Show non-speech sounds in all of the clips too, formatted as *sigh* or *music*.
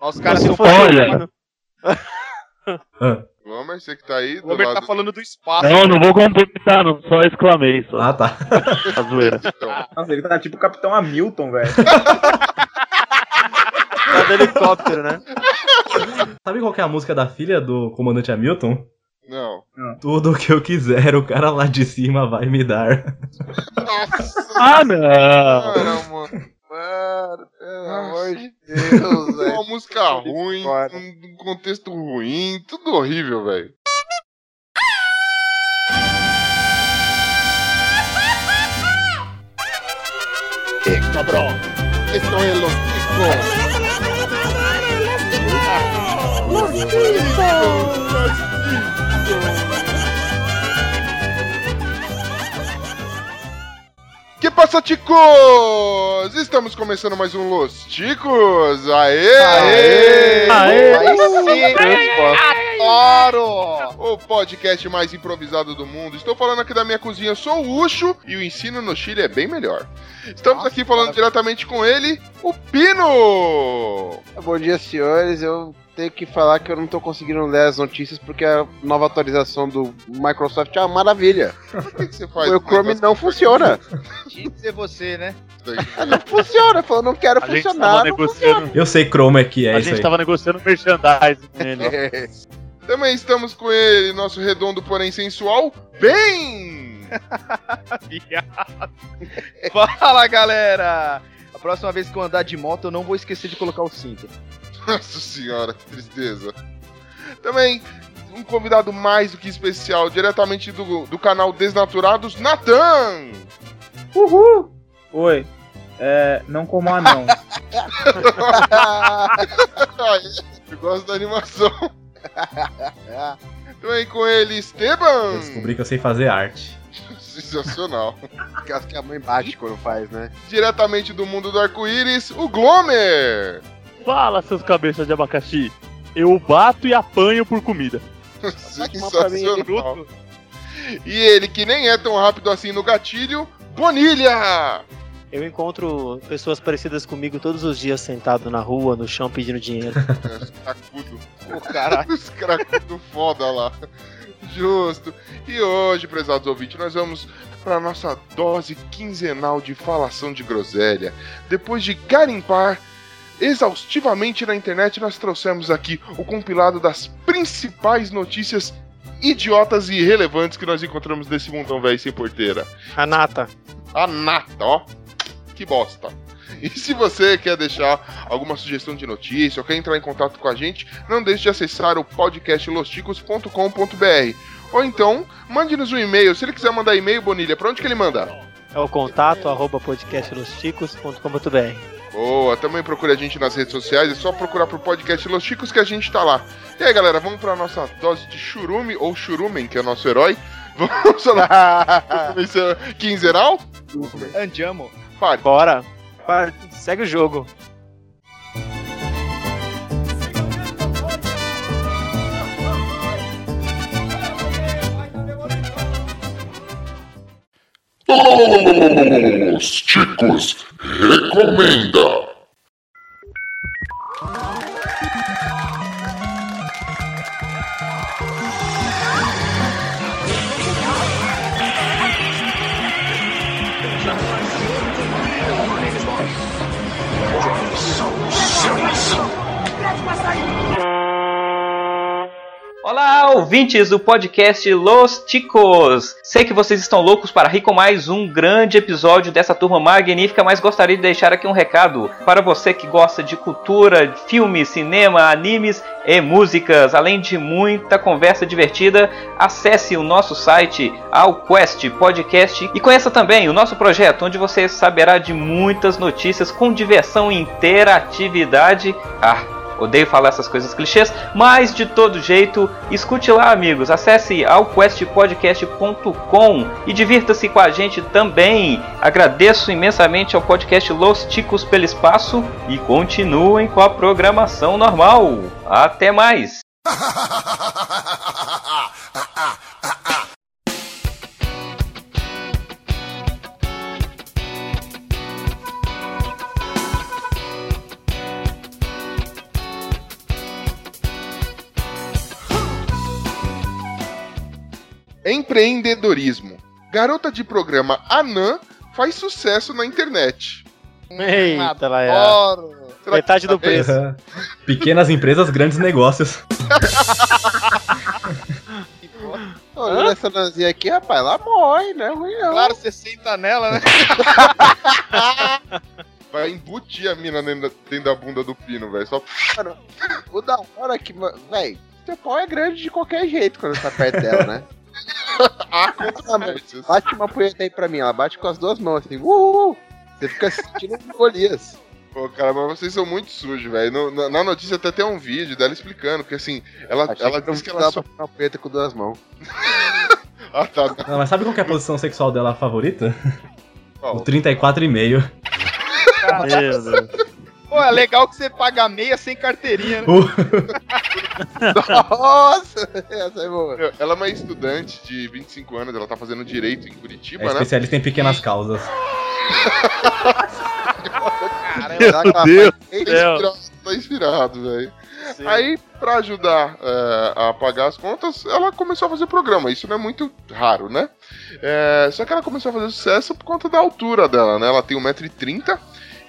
Mas os caras se são for olhar- mano. Glomer, você que tá aí O do Homer lado. tá falando do espaço. Não, não vou complementar, não. Só exclamei, só. Ah, tá. A *laughs* zoeira. Então, Nossa, ele tá tipo o Capitão Hamilton, velho. Tá do *laughs* helicóptero, né? Sabe qual que é a música da filha do comandante Hamilton? não. Tudo o que eu quiser, o cara lá de cima vai me dar. Nossa, Ah, não! cara, mano. Mano, pelo *laughs* amor de É Deus, velho. Uma música ruim, Fora. um contexto ruim, tudo horrível, velho. Esto é louco. Que passa, ticos? Estamos começando mais um Los Ticos. Aê! Aê! Aê! Aí sim! Adoro! O podcast mais improvisado do mundo. Estou falando aqui da minha cozinha, sou o Ucho e o ensino no Chile é bem melhor. Estamos aqui falando diretamente com ele, o Pino! Bom dia, senhores. Eu tenho que falar que eu não tô conseguindo ler as notícias porque a nova atualização do Microsoft é uma maravilha. Por que, que você faz? O Chrome não funciona. Tinha que ser você, né? Não funciona. Eu falo, não quero A gente tá tava funcionar. *laughs* não negociando. Eu sei Chroma que é a isso gente tá- aí. tava negociando merchandising com ele. ó. Também estamos com ele, nosso redondo, porém sensual, Ben! *laughs* Fala, galera! A próxima vez que eu andar de moto, eu não vou esquecer de colocar o cinto. Nossa senhora, que tristeza. Também um convidado mais do que especial, diretamente do, do canal Desnaturados, Natan! Uhul! Oi. É, não como anão. Eu gosto da animação. É, Também com ele, Esteban! Eu descobri que eu sei fazer arte. Sensacional. Porque acho que a mãe bate quando faz, né? Diretamente do mundo do arco-íris, o Glomer! *laughs* Fala, seus cabeças de abacaxi. Eu bato e apanho por comida. Assim mão pra mim, é Sensacional. E ele, que nem é tão rápido assim no gatilho, Bonilha! Eu encontro pessoas parecidas comigo todos os dias sentado na rua, no chão, pedindo *laughs* dinheiro. Cracudo. Pô, caralho. Os *laughs* cracudo foda lá. Justo. E hoje, prezados ouvintes, nós vamos para nossa dose quinzenal de falação de groselha. Depois de garimpar exaustivamente na internet, nós trouxemos aqui o compilado das principais notícias idiotas e irrelevantes que nós encontramos desse mundão velho sem porteira. Anata, A nata, *laughs* ó. Que bosta. E se você quer deixar alguma sugestão de notícia ou quer entrar em contato com a gente, não deixe de acessar o podcast losticos.com.br. Ou então, mande-nos um e-mail. Se ele quiser mandar e-mail, Bonilha, pra onde que ele manda? é o contato arroba podcastlosticos.com.br. Boa, também procure a gente nas redes sociais, é só procurar pro podcast Los Chicos que a gente tá lá. E aí, galera, vamos pra nossa dose de churume, ou churumen, que é o nosso herói. *laughs* Vamos lá, quinzenal? Andiamo. Pare. Bora! Para- Segue o jogo. Os Ticos recomenda. Olá, ouvintes do podcast Los Ticos! Sei que vocês estão loucos para rir com mais um grande episódio dessa turma magnífica, mas gostaria de deixar aqui um recado para você que gosta de cultura, filme, cinema, animes e músicas, além de muita conversa divertida. Acesse o nosso site AllQuest Podcast e conheça também o nosso projeto, onde você saberá de muitas notícias com diversão e interatividade. Ah, Odeio falar essas coisas clichês, mas de todo jeito, escute lá, amigos. Acesse alquestpodcast.com e divirta-se com a gente também. Agradeço imensamente ao podcast Los Ticos pelo espaço e continuem com a programação normal. Até mais! Empreendedorismo. Garota de programa Anã faz sucesso na internet. Hum, Eita, É. Laia. Adoro. Será que Metade do dessa vez- preço. Pequenas empresas, grandes negócios. Olha essa nanzinha aqui, rapaz, ela morre, né? Ruim não. Claro, você senta nela, né? Vai embutir a mina dentro da, dentro da bunda do pino, velho. Só O da hora que, ma- véi, seu pau é grande de qualquer jeito quando tá perto dela, né? *laughs* há Ah, mas consequências. bate uma punheta aí pra mim, ela bate com as duas mãos assim, uhul! Você fica se sentindo um Golias. Pô, cara, mas vocês são muito sujos, velho. No- Na, na notícia até tem um vídeo dela explicando, porque assim, ela, Achei ela que não disse que ela dá só. pra ficar uma punheta com duas mãos. *laughs* Ah, tá. Não, mas sabe qual que é a posição sexual dela favorita? O Qual? 34,5. Meu Deus. Pô, é legal que você paga a meia sem carteirinha, né? Uh, Nossa! Essa é boa. Ela é uma estudante de 25 anos, ela tá fazendo direito em Curitiba, É né? especialista em pequenas causas. Será que ela Deus faz isso? Tá inspirado, tá inspirado, velho. Aí, pra ajudar é, a pagar as contas, ela começou a fazer programa. Isso não é muito raro, né? É, só que ela começou a fazer sucesso por conta da altura dela, né? Ela tem 1,30m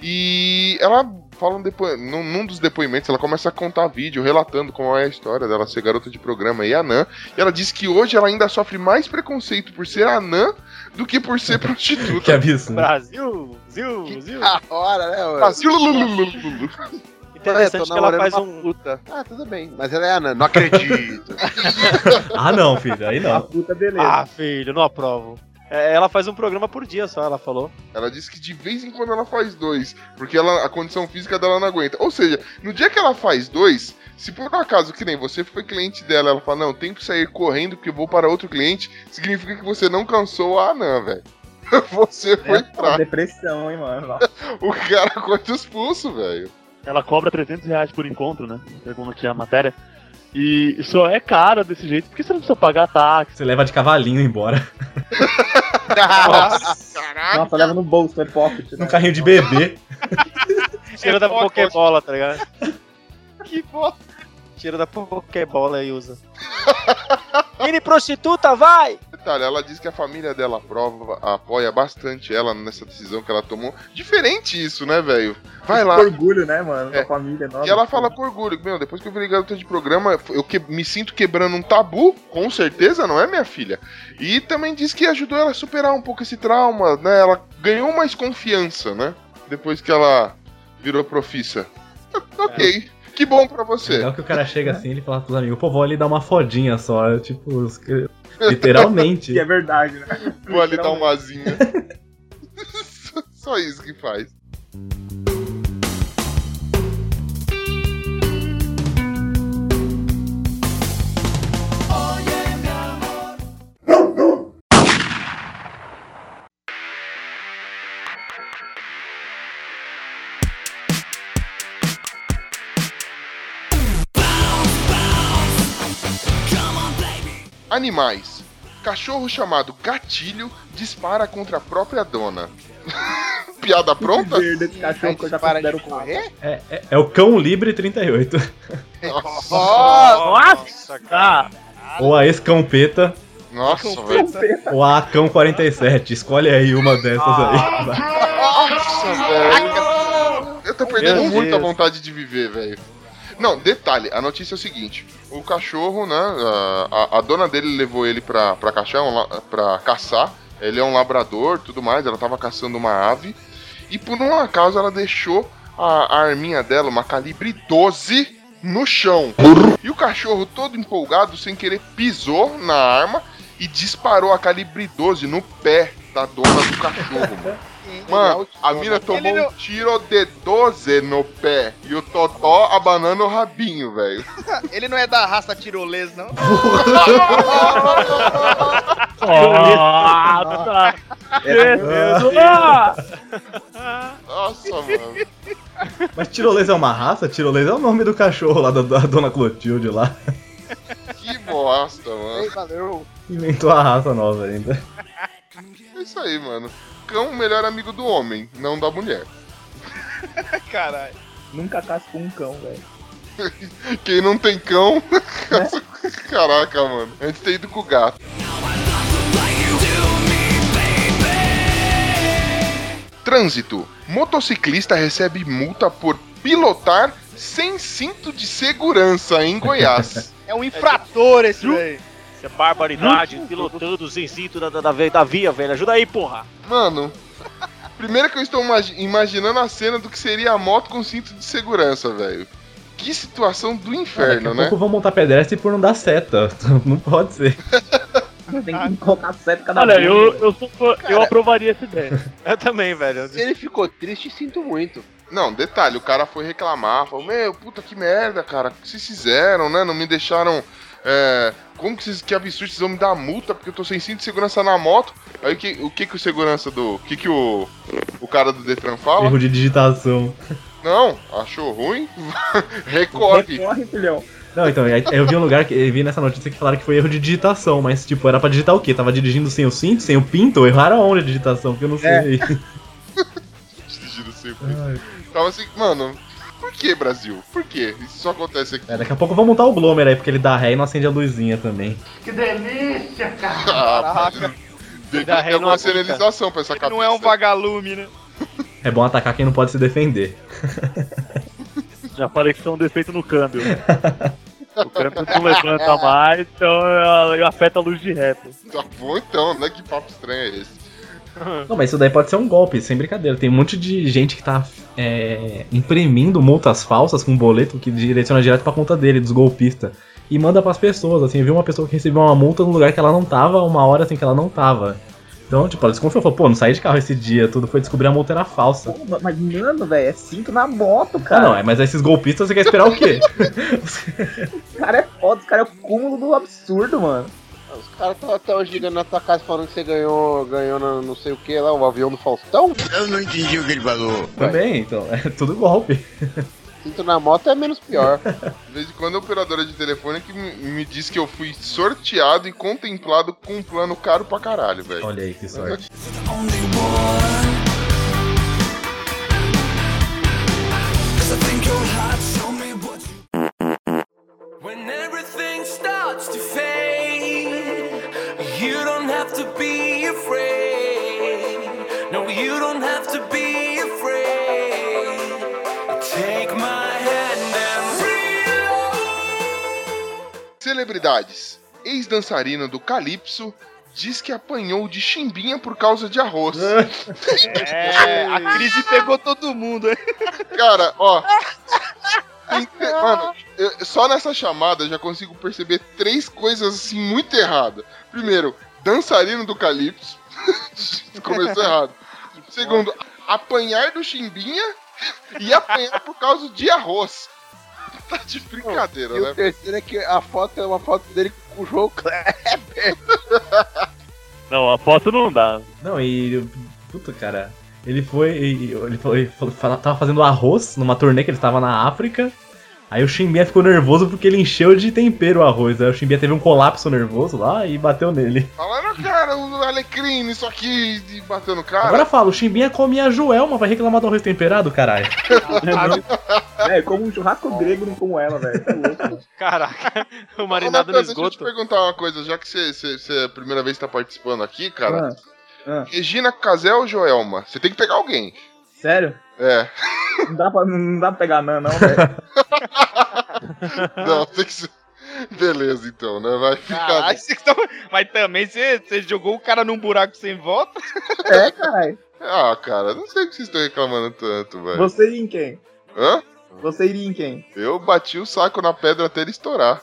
e ela fala um depo... num, num dos depoimentos, ela começa a contar vídeo, relatando como é a história dela ser garota de programa e anã. E ela diz que hoje ela ainda sofre mais preconceito por ser anã do que por ser *laughs* Que prostituta. absurdo. Brasil, Zil, Zil. Da hora, né, mano? Brasil, lululululu. Eu tô Interessante que ela namorando faz uma um. Puta. Ah, tudo bem. Mas ela é anã. Não acredito. Ah, não, filho, aí A não. puta beleza. Ah, filho, não aprovo. É, Ela faz um programa por dia só, ela falou. Ela disse que de vez em quando ela faz dois, porque ela, a condição física dela não aguenta. Ou seja, no dia que ela faz dois, se por um acaso que nem você foi cliente dela, ela fala, não, tenho que sair correndo porque eu vou para outro cliente, significa que você não cansou a anã, velho. *laughs* Você Ah, foi Pô, fraco. depressão, hein, mano. O cara *laughs* quanto expulso, velho. Ela cobra 300 reais por encontro, né? Segundo aqui a matéria. E só é cara desse jeito, porque você não precisa pagar táxi. Você leva de cavalinho embora. Ah, Nossa, leva no bolso, é pocket. Num Né? Um carrinho de bebê. Tira da foco, Pokébola, tá ligado? É *laughs* Que bosta. Tira da Pokébola e usa. Mini prostituta, vai! Detalhe, ela diz que a família dela aprova, apoia bastante ela nessa decisão que ela tomou. Diferente isso, né, velho? Vai lá. Que orgulho, né, mano? É. Da família nossa. E ela fala com orgulho, meu, depois que eu virei garota de programa, eu que- me sinto quebrando um tabu, com certeza, não é, minha filha? E também diz que ajudou ela a superar um pouco esse trauma, né? Ela ganhou mais confiança, né? Depois que ela virou profissa. ok, que bom pra você. Legal que o cara chega assim ele fala pros amigos, pô, vou ali dar uma fodinha só. Eu, Tipo, os que- literalmente. Que é verdade, né? Vou ali dar um asinha. Só- *laughs* Só isso que faz. Animais. Cachorro chamado gatilho dispara contra a própria dona. *laughs* Piada pronta? Verde, esse cachorro que eu já considero um carro. correr? É, é- é o cão livre 38. Nossa, cara! Ou a ex-campeta, Nossa, velho. um ou a cão 47. Escolhe aí uma dessas Ah, aí. Nossa, velho. Eu tô perdendo Meu muita Deus. vontade de viver, velho. Não, detalhe, a notícia é o seguinte: o cachorro, né? A, a dona dele levou ele pra, pra caixão, lá- pra caçar. Ele é um labrador tudo mais, ela tava caçando uma ave. E por um acaso ela deixou a, a arminha dela, uma calibre 12, no chão. E o cachorro, todo empolgado, sem querer, pisou na arma e disparou a calibre 12 no pé da dona do cachorro, mano. Mano, a mina tomou é né? Ele não- um tiro de 12 no pé e o Totó abanando o rabinho, *laughs* velho. Ele não é da raça tirolesa, não. Nossa! Ah, Jesus! Nossa, mano. Mas tirolês é uma raça? Tirolês é o nome do cachorro lá da, da dona Clotilde lá. Que bosta, mano. Ei, valeu. Inventou a raça nova ainda. É isso aí, mano. Cão, melhor amigo do homem, não da mulher. Caralho. Nunca cascou um cão, Né? velho. *laughs* *laughs* Quem não tem cão. Caraca, mano. Antes tem ido com o gato. Trânsito. Motociclista recebe multa por pilotar sem cinto de segurança *laughs* em Goiás. É um infrator esse velho. Isso é barbaridade, pilotando o zinzito da, da, da, ve- da via, velho. Ajuda aí, porra. Mano, primeiro que eu estou imagi- imaginando a cena do que seria a moto com cinto de segurança, velho. Que situação do Daqui inferno, a né? pouco vão montar pedestre por não dar seta. *laughs* Não pode ser. Tem que colocar sete cada um. Olha, vez. eu, eu, sou fã- eu aprovaria essa ideia. Eu também, velho. Se ele ficou triste, sinto muito. Não, detalhe, o cara foi reclamar, falou, meu, puta que merda, cara, o que vocês fizeram, né? Não me deixaram. é, como que vocês. Que absurdo, vocês vão me dar multa porque eu tô sem cinto de segurança na moto. Aí o que o, que que o segurança do. O que, que o, o cara do Detran fala? Erro de digitação. Não, achou ruim? *laughs* *laughs* Recorre. Corre, filhão. Não, então, aí- eu vi um lugar que eu vi nessa notícia que falaram que foi erro de digitação, mas tipo, era pra digitar o quê? Tava dirigindo sem o cinto, sem o pinto? Erraram onde a digitação, que eu não É. sei. *laughs* Dirigindo sempre. Ai, Tava assim, mano, por que Brasil? Por que? Isso só acontece aqui. é, daqui a pouco vão montar o Glomer aí, porque ele dá ré e não acende a luzinha também. Ah, Caraca, Tem Da que ter rei não uma aguenta. sinalização pra essa ele cabeça. não é um vagalume, né? É bom atacar quem não pode se defender. Já falei que tem um defeito no câmbio. O câmbio não levanta mais, então eu afeta a luz de ré. pô. Tá bom então, né? Que papo estranho é esse? Não, mas isso daí pode ser um golpe, sem brincadeira. Tem um monte de gente que tá é, imprimindo multas falsas com boleto que direciona direto pra conta dele, dos golpistas. E manda pras pessoas, assim, viu uma pessoa que recebeu uma multa no lugar que ela não tava, uma hora assim que ela não tava. Então, tipo, ela desconfiou, falou, pô, não saí de carro esse dia, tudo foi descobrir a multa era falsa. Pô, mas, mano, velho, é cinto na moto, Ah, cara. não, é, mas esses golpistas você quer esperar o quê? O cara é foda, o cara é o cúmulo do absurdo, mano. Os caras estão até hoje ligando na tua casa falando que você ganhou, ganhou na- não sei o que lá, o avião do Faustão. Também, então, é tudo golpe. Sinto na moto é menos pior. De vez em quando a operadora de telefone é que me, me diz que eu fui sorteado e contemplado com um plano caro pra caralho, velho. Olha aí que sorte. When everything starts to fade, you don't have to be afraid. No, you don't have to be afraid. Take my hand and Celebridades. Ex-dançarina do Calypso diz que apanhou de chimbinha por causa de arroz. *laughs* É, a crise pegou todo mundo. né? Cara, ó. tem que ter- Mano, eu- só nessa chamada eu já consigo perceber três coisas assim muito erradas. Primeiro, dançarino do Calypso. *laughs* Começou errado. Segundo, apanhar do Chimbinha e apanhar por causa de arroz. Tá de brincadeira, e o né? terceiro é que a foto é uma foto dele com o João Kleber. Não, a foto não dá. Não, e. Puta, cara. Ele foi. e- e- Ele falou, ele falou- fala- tava fazendo arroz numa turnê que ele tava na África. Aí o Shimbia ficou nervoso porque ele encheu de tempero o arroz. Aí o Shimbia teve um colapso nervoso lá e bateu nele. Falaram, cara, o alecrim, isso aqui, e bateu no cara. Agora fala, o Shimbia comia a Joelma, vai reclamar do arroz temperado, caralho. *laughs* É, como um churrasco grego, não como ela, velho. Tá louco. Caraca, *laughs* o Ô, marinado no Natan, Deixa eu te esgoto. perguntar uma coisa, já que você- você você é a primeira vez que tá participando aqui, cara. Ah, ah. Regina Casel ou Joelma? Você tem que pegar alguém. Sério? É. *laughs* Não dá pra, não dá pra pegar não, não, velho. Não, tem que ser. Beleza, então, né? Vai ficar. *laughs* Caralho, vocês tão- mas também você, você jogou o cara num buraco sem volta? É, caralho. Ah, cara, não sei o que vocês estão reclamando tanto, velho. Você iria em quem? Hã? Você iria em quem? Eu bati o saco na pedra até ele estourar.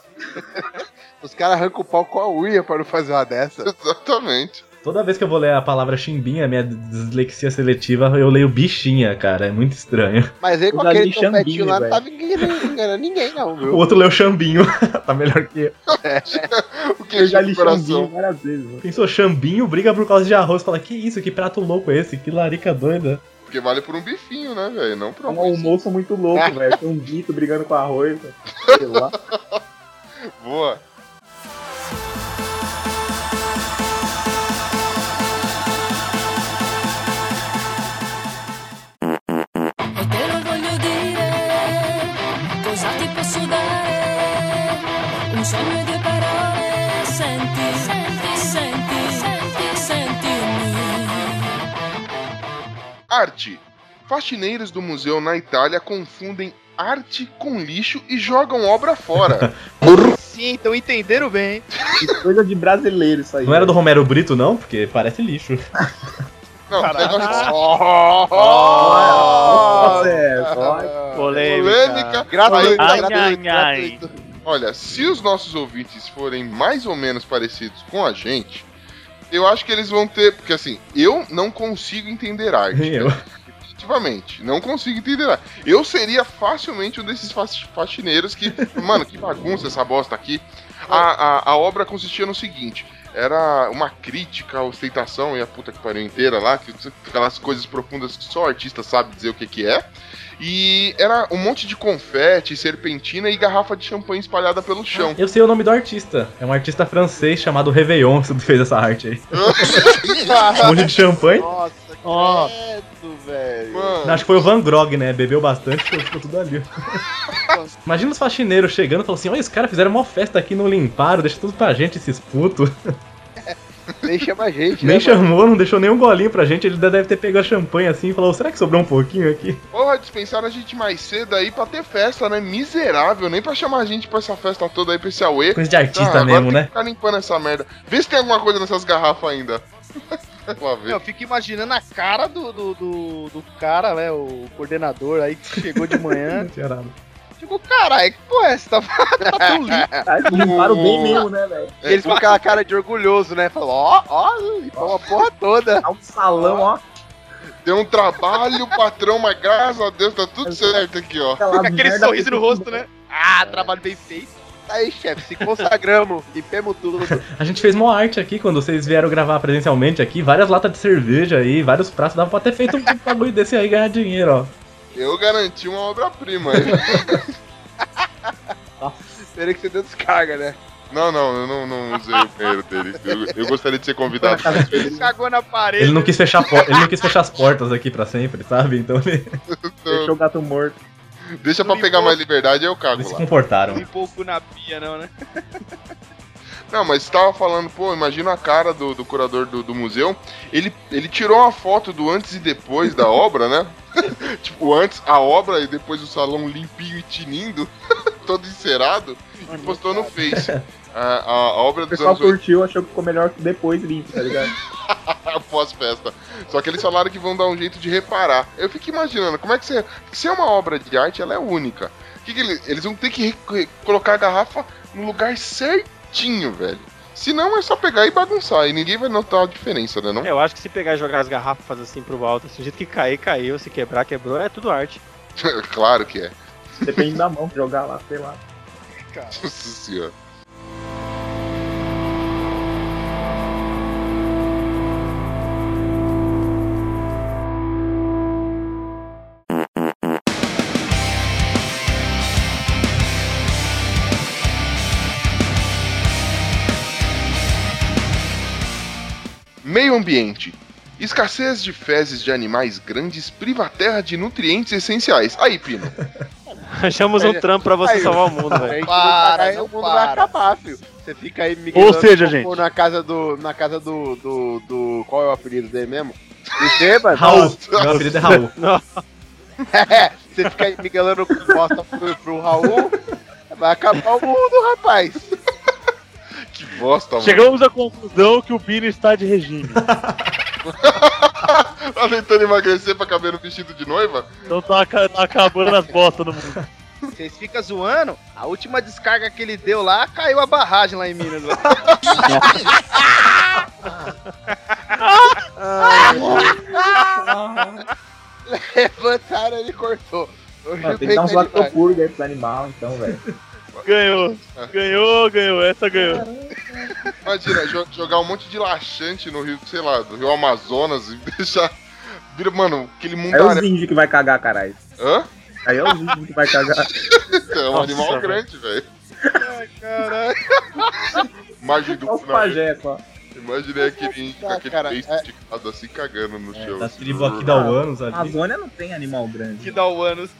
*laughs* Os caras arrancam o pau com a unha pra não fazer uma dessa. Exatamente. Toda vez que eu vou ler a palavra Shimbinha, minha dislexia seletiva, eu leio bichinha, cara. É muito estranho. Mas ele com Eu já li aquele trompetinho lá não Xambinho, tava enganando, enganando ninguém, não, O *laughs* viu? outro leu Xambinho. tá melhor que eu. O Eu queijo já do li Xambinho coração. várias vezes, mano. Pensou, Xambinho briga por causa de arroz. Fala, que isso, que prato louco é esse? Que larica doida. Porque vale por um bifinho, né, velho? Não por É um um almoço muito *laughs* louco, velho. Tem um dito brigando com arroz, velho. Sei lá. Boa. E te lo voglio dire, cosa ti posso dare? Un sogno e due parole, senti, senti, senti, senti, sentimi. A Arte. Faxineiros do museu na Itália confundem arte com lixo e jogam obra fora. *laughs* Sim, então entenderam bem. hein? Que coisa de brasileiro isso aí. Não era do Romero Brito, não? Porque parece lixo. Não, o Caraca. *laughs* negócio de... Ah, Oh, Nossa, é, só- Ah. polêmica. Gratuito, Ai, gratuito, ai, ai. gratuito. Olha, se os nossos ouvintes forem mais ou menos parecidos com a gente, eu acho que eles vão ter. Porque assim, eu não consigo entender arte. Nem eu. Definitivamente, não consigo entender arte. Eu seria facilmente um desses fa- faxineiros que. Mano, que bagunça essa bosta aqui. É. A, a, a obra consistia no seguinte. Era uma crítica à ostentação e a puta que pariu inteira lá, que- aquelas coisas profundas que só o artista sabe dizer o que, que é. E era um monte de confete, serpentina e garrafa de champanhe espalhada pelo chão. Eu sei o nome do artista. É um artista francês chamado Réveillon que fez essa arte aí. Um monte de champanhe. Nossa, Ó. credo, velho. Mano, Não, Acho que foi o Van Grog, né? Bebeu bastante, ficou- ficou tudo ali. Imagina os faxineiros chegando e falando assim: olha, os caras fizeram uma festa aqui, não limparam, deixa tudo pra gente, esses putos. *laughs* Nem chama a gente, Nem né, chamou, não deixou nenhum golinho pra gente. Ele deve ter pegado champanhe assim e falou: será que sobrou um pouquinho aqui? porra, dispensaram a gente mais cedo aí pra ter festa, né? Miserável, nem pra chamar a gente pra essa festa toda aí, pra esse Aue. Coisa de Tá, artista agora mesmo, tem que né? Ficar limpando essa merda. Vê se tem alguma coisa nessas garrafas ainda. *laughs* Vamos ver. Eu fico imaginando a cara do, do, do, do cara, né? O coordenador aí que chegou de manhã. Cheirado. Ficou, caralho, que porra é essa? Tá, tá tão limpo. Tá, eles limparam bem mesmo, né, velho? mano? Eles é, com aquela cara de orgulhoso, né? Falou, ó, ó, limpou a porra *laughs* toda. Tá um salão, ó. Deu um trabalho, patrão, mas graças a Deus tá tudo certo aqui, ó. Tá lá, Com aquele merda, sorriso no tudo rosto, né? Ah, trabalho bem feito. Tá É. aí, chefe, se consagramos, limpemos tudo. *laughs* A gente fez uma arte aqui quando vocês vieram gravar presencialmente aqui, várias latas de cerveja aí, vários pratos, dava pra ter feito um bagulho desse aí e ganhar dinheiro, ó. Eu garanti uma obra-prima. aí. Teria que ser deu descarga, né? Não, não, eu não, não usei o dinheiro dele. Eu, eu gostaria de ser convidado. Cagou na parede. Ele não quis fechar, a por- ele não quis fechar as portas aqui pra sempre, sabe? Então ele- Deixou o gato morto. Deixa pra pegar mais liberdade, aí eu cago eles se lá. comportaram. Não limpou o cu na pia, não, né? Não, mas você tava falando, pô, imagina a cara do, do curador do, do museu. Ele, ele tirou uma foto do antes e depois da obra, né? *laughs* tipo, antes a obra e depois o salão limpinho e tinindo, *laughs* todo encerado, e postou no Face. A, a, a obra O dos pessoal anos 80 curtiu, achou que ficou melhor que depois limpo, tá *laughs* ligado? *laughs* pós-festa. Só que eles falaram que vão dar um jeito de reparar. Eu fico imaginando, como é que você. Se é uma obra de arte, ela é única. O que que ele- eles, vão ter que re- colocar a garrafa no lugar certinho, velho. Senão é só pegar e bagunçar. E ninguém vai notar a diferença, né? Não? Eu acho que se pegar e jogar as garrafas assim pro alto, assim, do jeito que cair, caiu, se quebrar, quebrou, é tudo arte. *laughs* claro que é. Depende da mão, jogar lá, sei lá. Nossa senhora. Meio ambiente. Escassez de fezes de animais grandes priva a terra de nutrientes essenciais. Aí, Pino. *laughs* Achamos É. um trampo pra você Aí. salvar o mundo, *laughs* velho. Aí, se não Para, parar, não o mundo vai para. acabar, filho. Você fica aí Ou migrando seja, cocô gente, na casa do. Na casa do, do, do- Qual é o apelido dele mesmo? *laughs* Esteban? Raul, meu apelido é Raul. É, você fica aí miguelando bosta pro, pro Raul, vai acabar o mundo, rapaz. Que bosta, mano. chegamos à conclusão que o Pino está de regime. Tá tentando emagrecer pra caber no vestido de noiva? Então tá, aca- tá acabando as bostas no mundo. Vocês ficam zoando. A última descarga que ele deu lá, caiu a barragem lá em Minas. *laughs* lá. Levantaram, ele cortou. Hoje Mano, eu tem que dar um uns peguei demais. lactopurga aí pros animal, então, velho. Ganhou, ganhou, ganhou, essa ganhou. Imagina, jo- jogar um monte de laxante no rio, sei lá, do rio Amazonas e *laughs* deixar. Vira, mano, aquele Aí é os mundaréu. índios que vai cagar, caralho. Hã? Aí é os índios que vai *laughs* cagar. É um Nossa, animal velho. grande, velho. Caralho. Margem do Só os não, pajé, só. Imaginei aquele índio com tá, aquele cara, peito é. esticado assim, cagando no chão. Da assim. tribo aqui da Uanos A ali. Amazônia não tem animal grande. Que dá um o anos.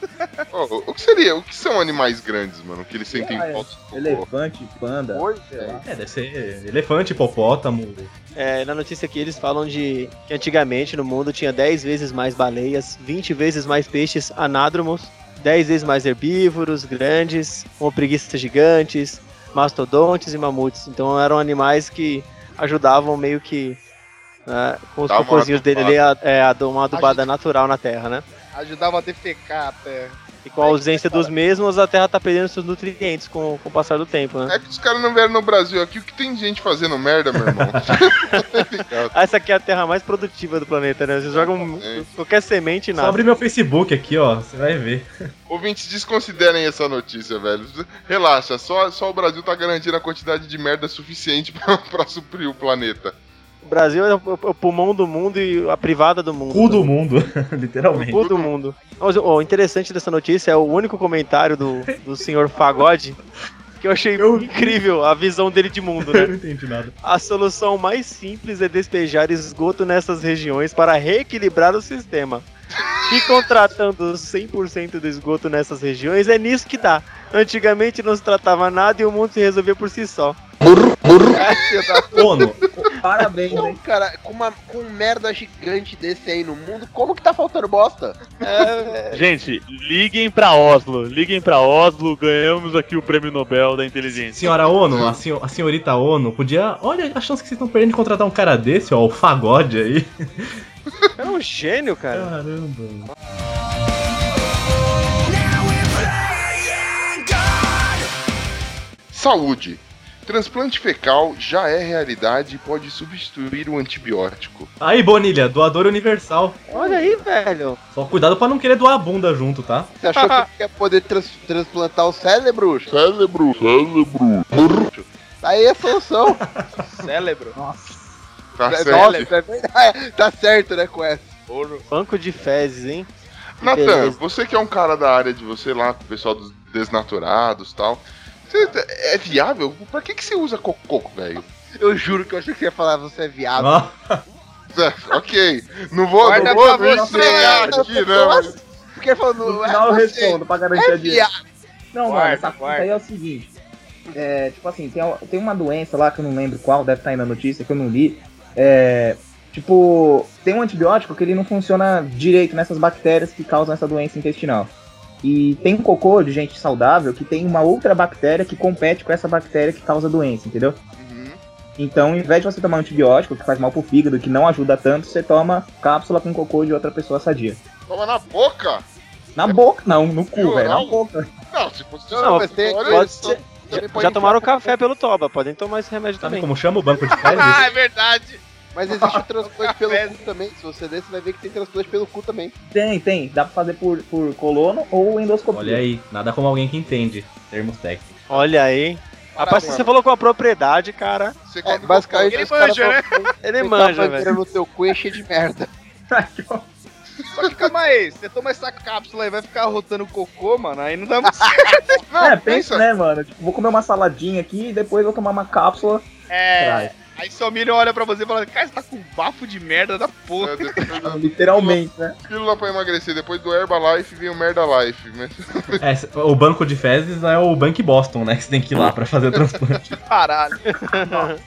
Ó, o que seria? O que são animais grandes, mano? Que eles sentem Ah, é. falta do corpo? Elefante, panda. Oi, sei lá. É, deve ser elefante, hipopótamo. É, na notícia aqui eles falam de que antigamente no mundo tinha 10 vezes mais baleias, 20 vezes mais peixes anádromos, 10 vezes mais herbívoros grandes, com preguiças gigantes, mastodontes e mamutes. Então eram animais que ajudavam meio que né, com os Dá uma cocôzinhos dele ali a, é, a dar uma adubada natural na terra, né? Ajudava a defecar até. E com a ausência dos mesmos, a terra tá perdendo seus nutrientes com, com o passar do tempo, né? É que os caras não vieram no Brasil aqui, o que tem gente fazendo merda, meu irmão? Essa aqui é a terra mais produtiva do planeta, né? Vocês jogam É. qualquer semente e Só nada. abre meu Facebook aqui, ó, você vai ver. Ouvintes, desconsiderem essa notícia, velho. Relaxa, só, só o Brasil tá garantindo a quantidade de merda suficiente *laughs* pra, pra suprir o planeta. O Brasil é o, o- o pulmão do mundo e a privada do mundo. Cu do mundo, *laughs* O literalmente. cu do mundo. Mas, ó, o interessante dessa notícia é o único comentário do, do senhor Fagode que eu achei incrível a visão dele de mundo, Eu né? não entendi nada. A solução mais simples é despejar esgoto nessas regiões para reequilibrar o sistema. E contratando 100% do esgoto nessas regiões é nisso que dá. Antigamente não se tratava nada e o mundo se resolvia por si só. ONU, Parabéns, Então, hein? cara, com, uma, com um merda gigante desse aí no mundo, como que tá faltando bosta? Gente, liguem pra Oslo. Liguem pra Oslo, ganhamos aqui o prêmio Nobel da inteligência. Senhora ONU, a, senho- a senhorita ONU, podia. Olha a chance que vocês estão perdendo de contratar um cara desse, ó, o Fagode aí. É um gênio, cara. Caramba. Saúde. Transplante fecal já é realidade e pode substituir o antibiótico. Aí, Bonilha, doador universal. Olha aí, velho. Só cuidado pra não querer doar a bunda junto, tá? Você achou que você ia poder trans- transplantar o cérebro? Cérebro, cérebro. Aí é a solução. *laughs* Cérebro. Tá É, certo. nossa, é verdade. tá certo, né, com essa. Banco de fezes, hein? Natan, Beleza. você que é um cara da área de você lá, com o pessoal dos desnaturados e tal. você- é viável? Pra que, que você usa coco, velho? Eu juro que eu achei que você ia falar, você é Ah, viado. Ó, tá É, ok. Não vou, Guarda não vou pra me você, estrear Não, aqui, não, não. assim? Porque ele falou, No não, é final eu você, respondo pra garantir É a direita. viado. Não, mano, Guarda, essa conta guarda. aí é o seguinte. É, tipo assim, tem, tem uma doença lá que eu não lembro qual, deve estar aí na notícia, que eu não li. É, tipo, tem um antibiótico que ele não funciona direito nessas bactérias que causam essa doença intestinal. E tem um cocô de gente saudável que tem uma outra bactéria que compete com essa bactéria que causa a doença, entendeu? Uhum. Então, ao invés de você tomar um antibiótico, que faz mal pro fígado, que não ajuda tanto, você toma cápsula com cocô de outra pessoa sadia. Toma na boca. Na boca, não, no cu, velho. Na Não. boca. Não, se fosse Não, só- mas tem- olha pode isso, ser- só- ele põe Já em tomaram café pelo toba, podem tomar esse remédio sabe também. como chama o banco de *laughs* Ah, fezes? é verdade. Mas existe o transplante pelo cu também. Se você der, você vai ver que tem transplante pelo cu também. Tem, tem. Dá pra fazer por, por colono ou endoscopia. Olha aí, nada como alguém que entende termos técnicos. Olha aí. Rapaz, Parabéns. você falou com a propriedade, cara. Você come É, basicamente, Ele os caras manja, né? vão- Ele tá botar a manja, bandeira velho. no teu cu e é cheio de *laughs* merda. Só que calma aí, você toma essa cápsula aí, vai ficar rotando cocô, mano, aí não dá *laughs* muito certo. é, pensa, né, mano? Tipo, vou comer uma saladinha aqui e depois vou tomar uma cápsula. É. Caralho. Aí seu milho olha pra você e fala, cara, você tá com um bafo de merda da porra. É, depois da Literalmente, né? pílula pra emagrecer, depois do Herbalife vem o Merda Life. Mas É, c- o banco de fezes é o Bank Boston, né? Que você tem que ir lá pra fazer o *laughs* transplante. *laughs* Caralho. *laughs*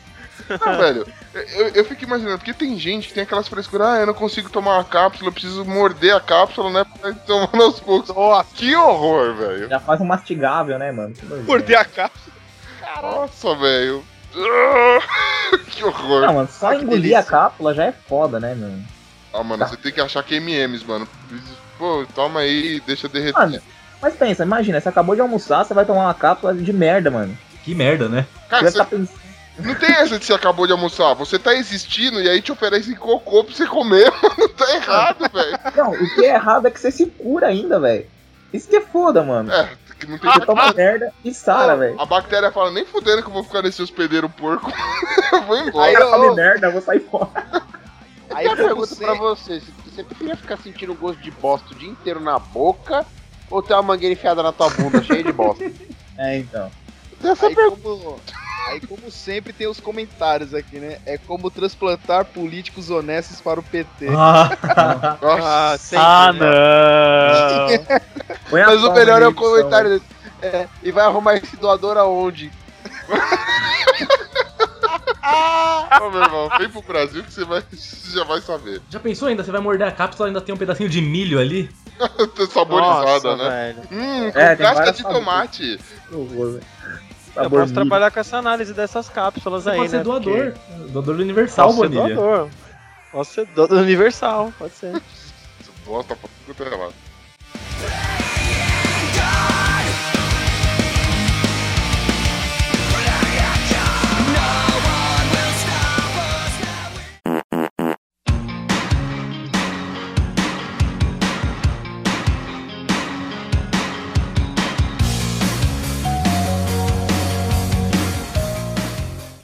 Não, velho, eu, eu fico imaginando, porque tem gente que tem aquelas frescuras, ah, eu não consigo tomar uma cápsula, eu preciso morder a cápsula, né? Pra ir tomando aos poucos. Nossa, que horror, velho. Já faz um mastigável, né, mano? Que doideira. Mordei a cápsula. Nossa, velho. *laughs* Ah, que horror. Não, mano, só Ah, que engolir delícia. a cápsula já é foda, né, mano? Ah, mano, você tem que achar que é MMs, mano. Pô, toma aí, deixa derreter. Mano, mas pensa, imagina, você acabou de almoçar, você vai tomar uma cápsula de merda, mano. Que merda, né? Você tá- vai Cara, Ah, você, ficar pensando, não tem essa de você acabou de almoçar. Você tá existindo e aí te oferecem cocô pra você comer, *laughs* mano. Tá errado, velho. não, o que é errado é que você se cura ainda, velho. Isso que é foda, mano. É, que não tem Você toma merda e sara, velho. A bactéria fala, nem fudendo que eu vou ficar nesse hospedeiro porco. *laughs* eu vou Aí embora. eu ô, falei merda, eu vou sair fora. *laughs* Aí eu pra pergunto você- pra você, se você preferia ficar sentindo um gosto de bosta o dia inteiro na boca ou ter uma mangueira enfiada na tua bunda cheia de bosta? É, então. Essa Aí como, Aí, como sempre, tem os comentários aqui, né? É como transplantar políticos honestos para o PT. Ah, Nossa, Ah, não! Põe a Mas o foto melhor na é o edição, comentário dele. É, e vai arrumar esse doador aonde? *laughs* Ô, meu irmão, vem pro Brasil que você vai, você já vai saber. já pensou ainda? Você vai morder a cápsula ainda tem um pedacinho de milho ali? Tá Saborizada, né? velho. Hum, com É, tem casca várias de fábricas. tomate. velho. Que horror, velho. Eu Sabor posso trabalhar com essa análise dessas cápsulas Você aí, pode né? ser doador. porque- Doador do Universal, Posso ser Bonilha. doador. Posso ser doador universal, pode ser. Bosta pra tudo quanto é lado.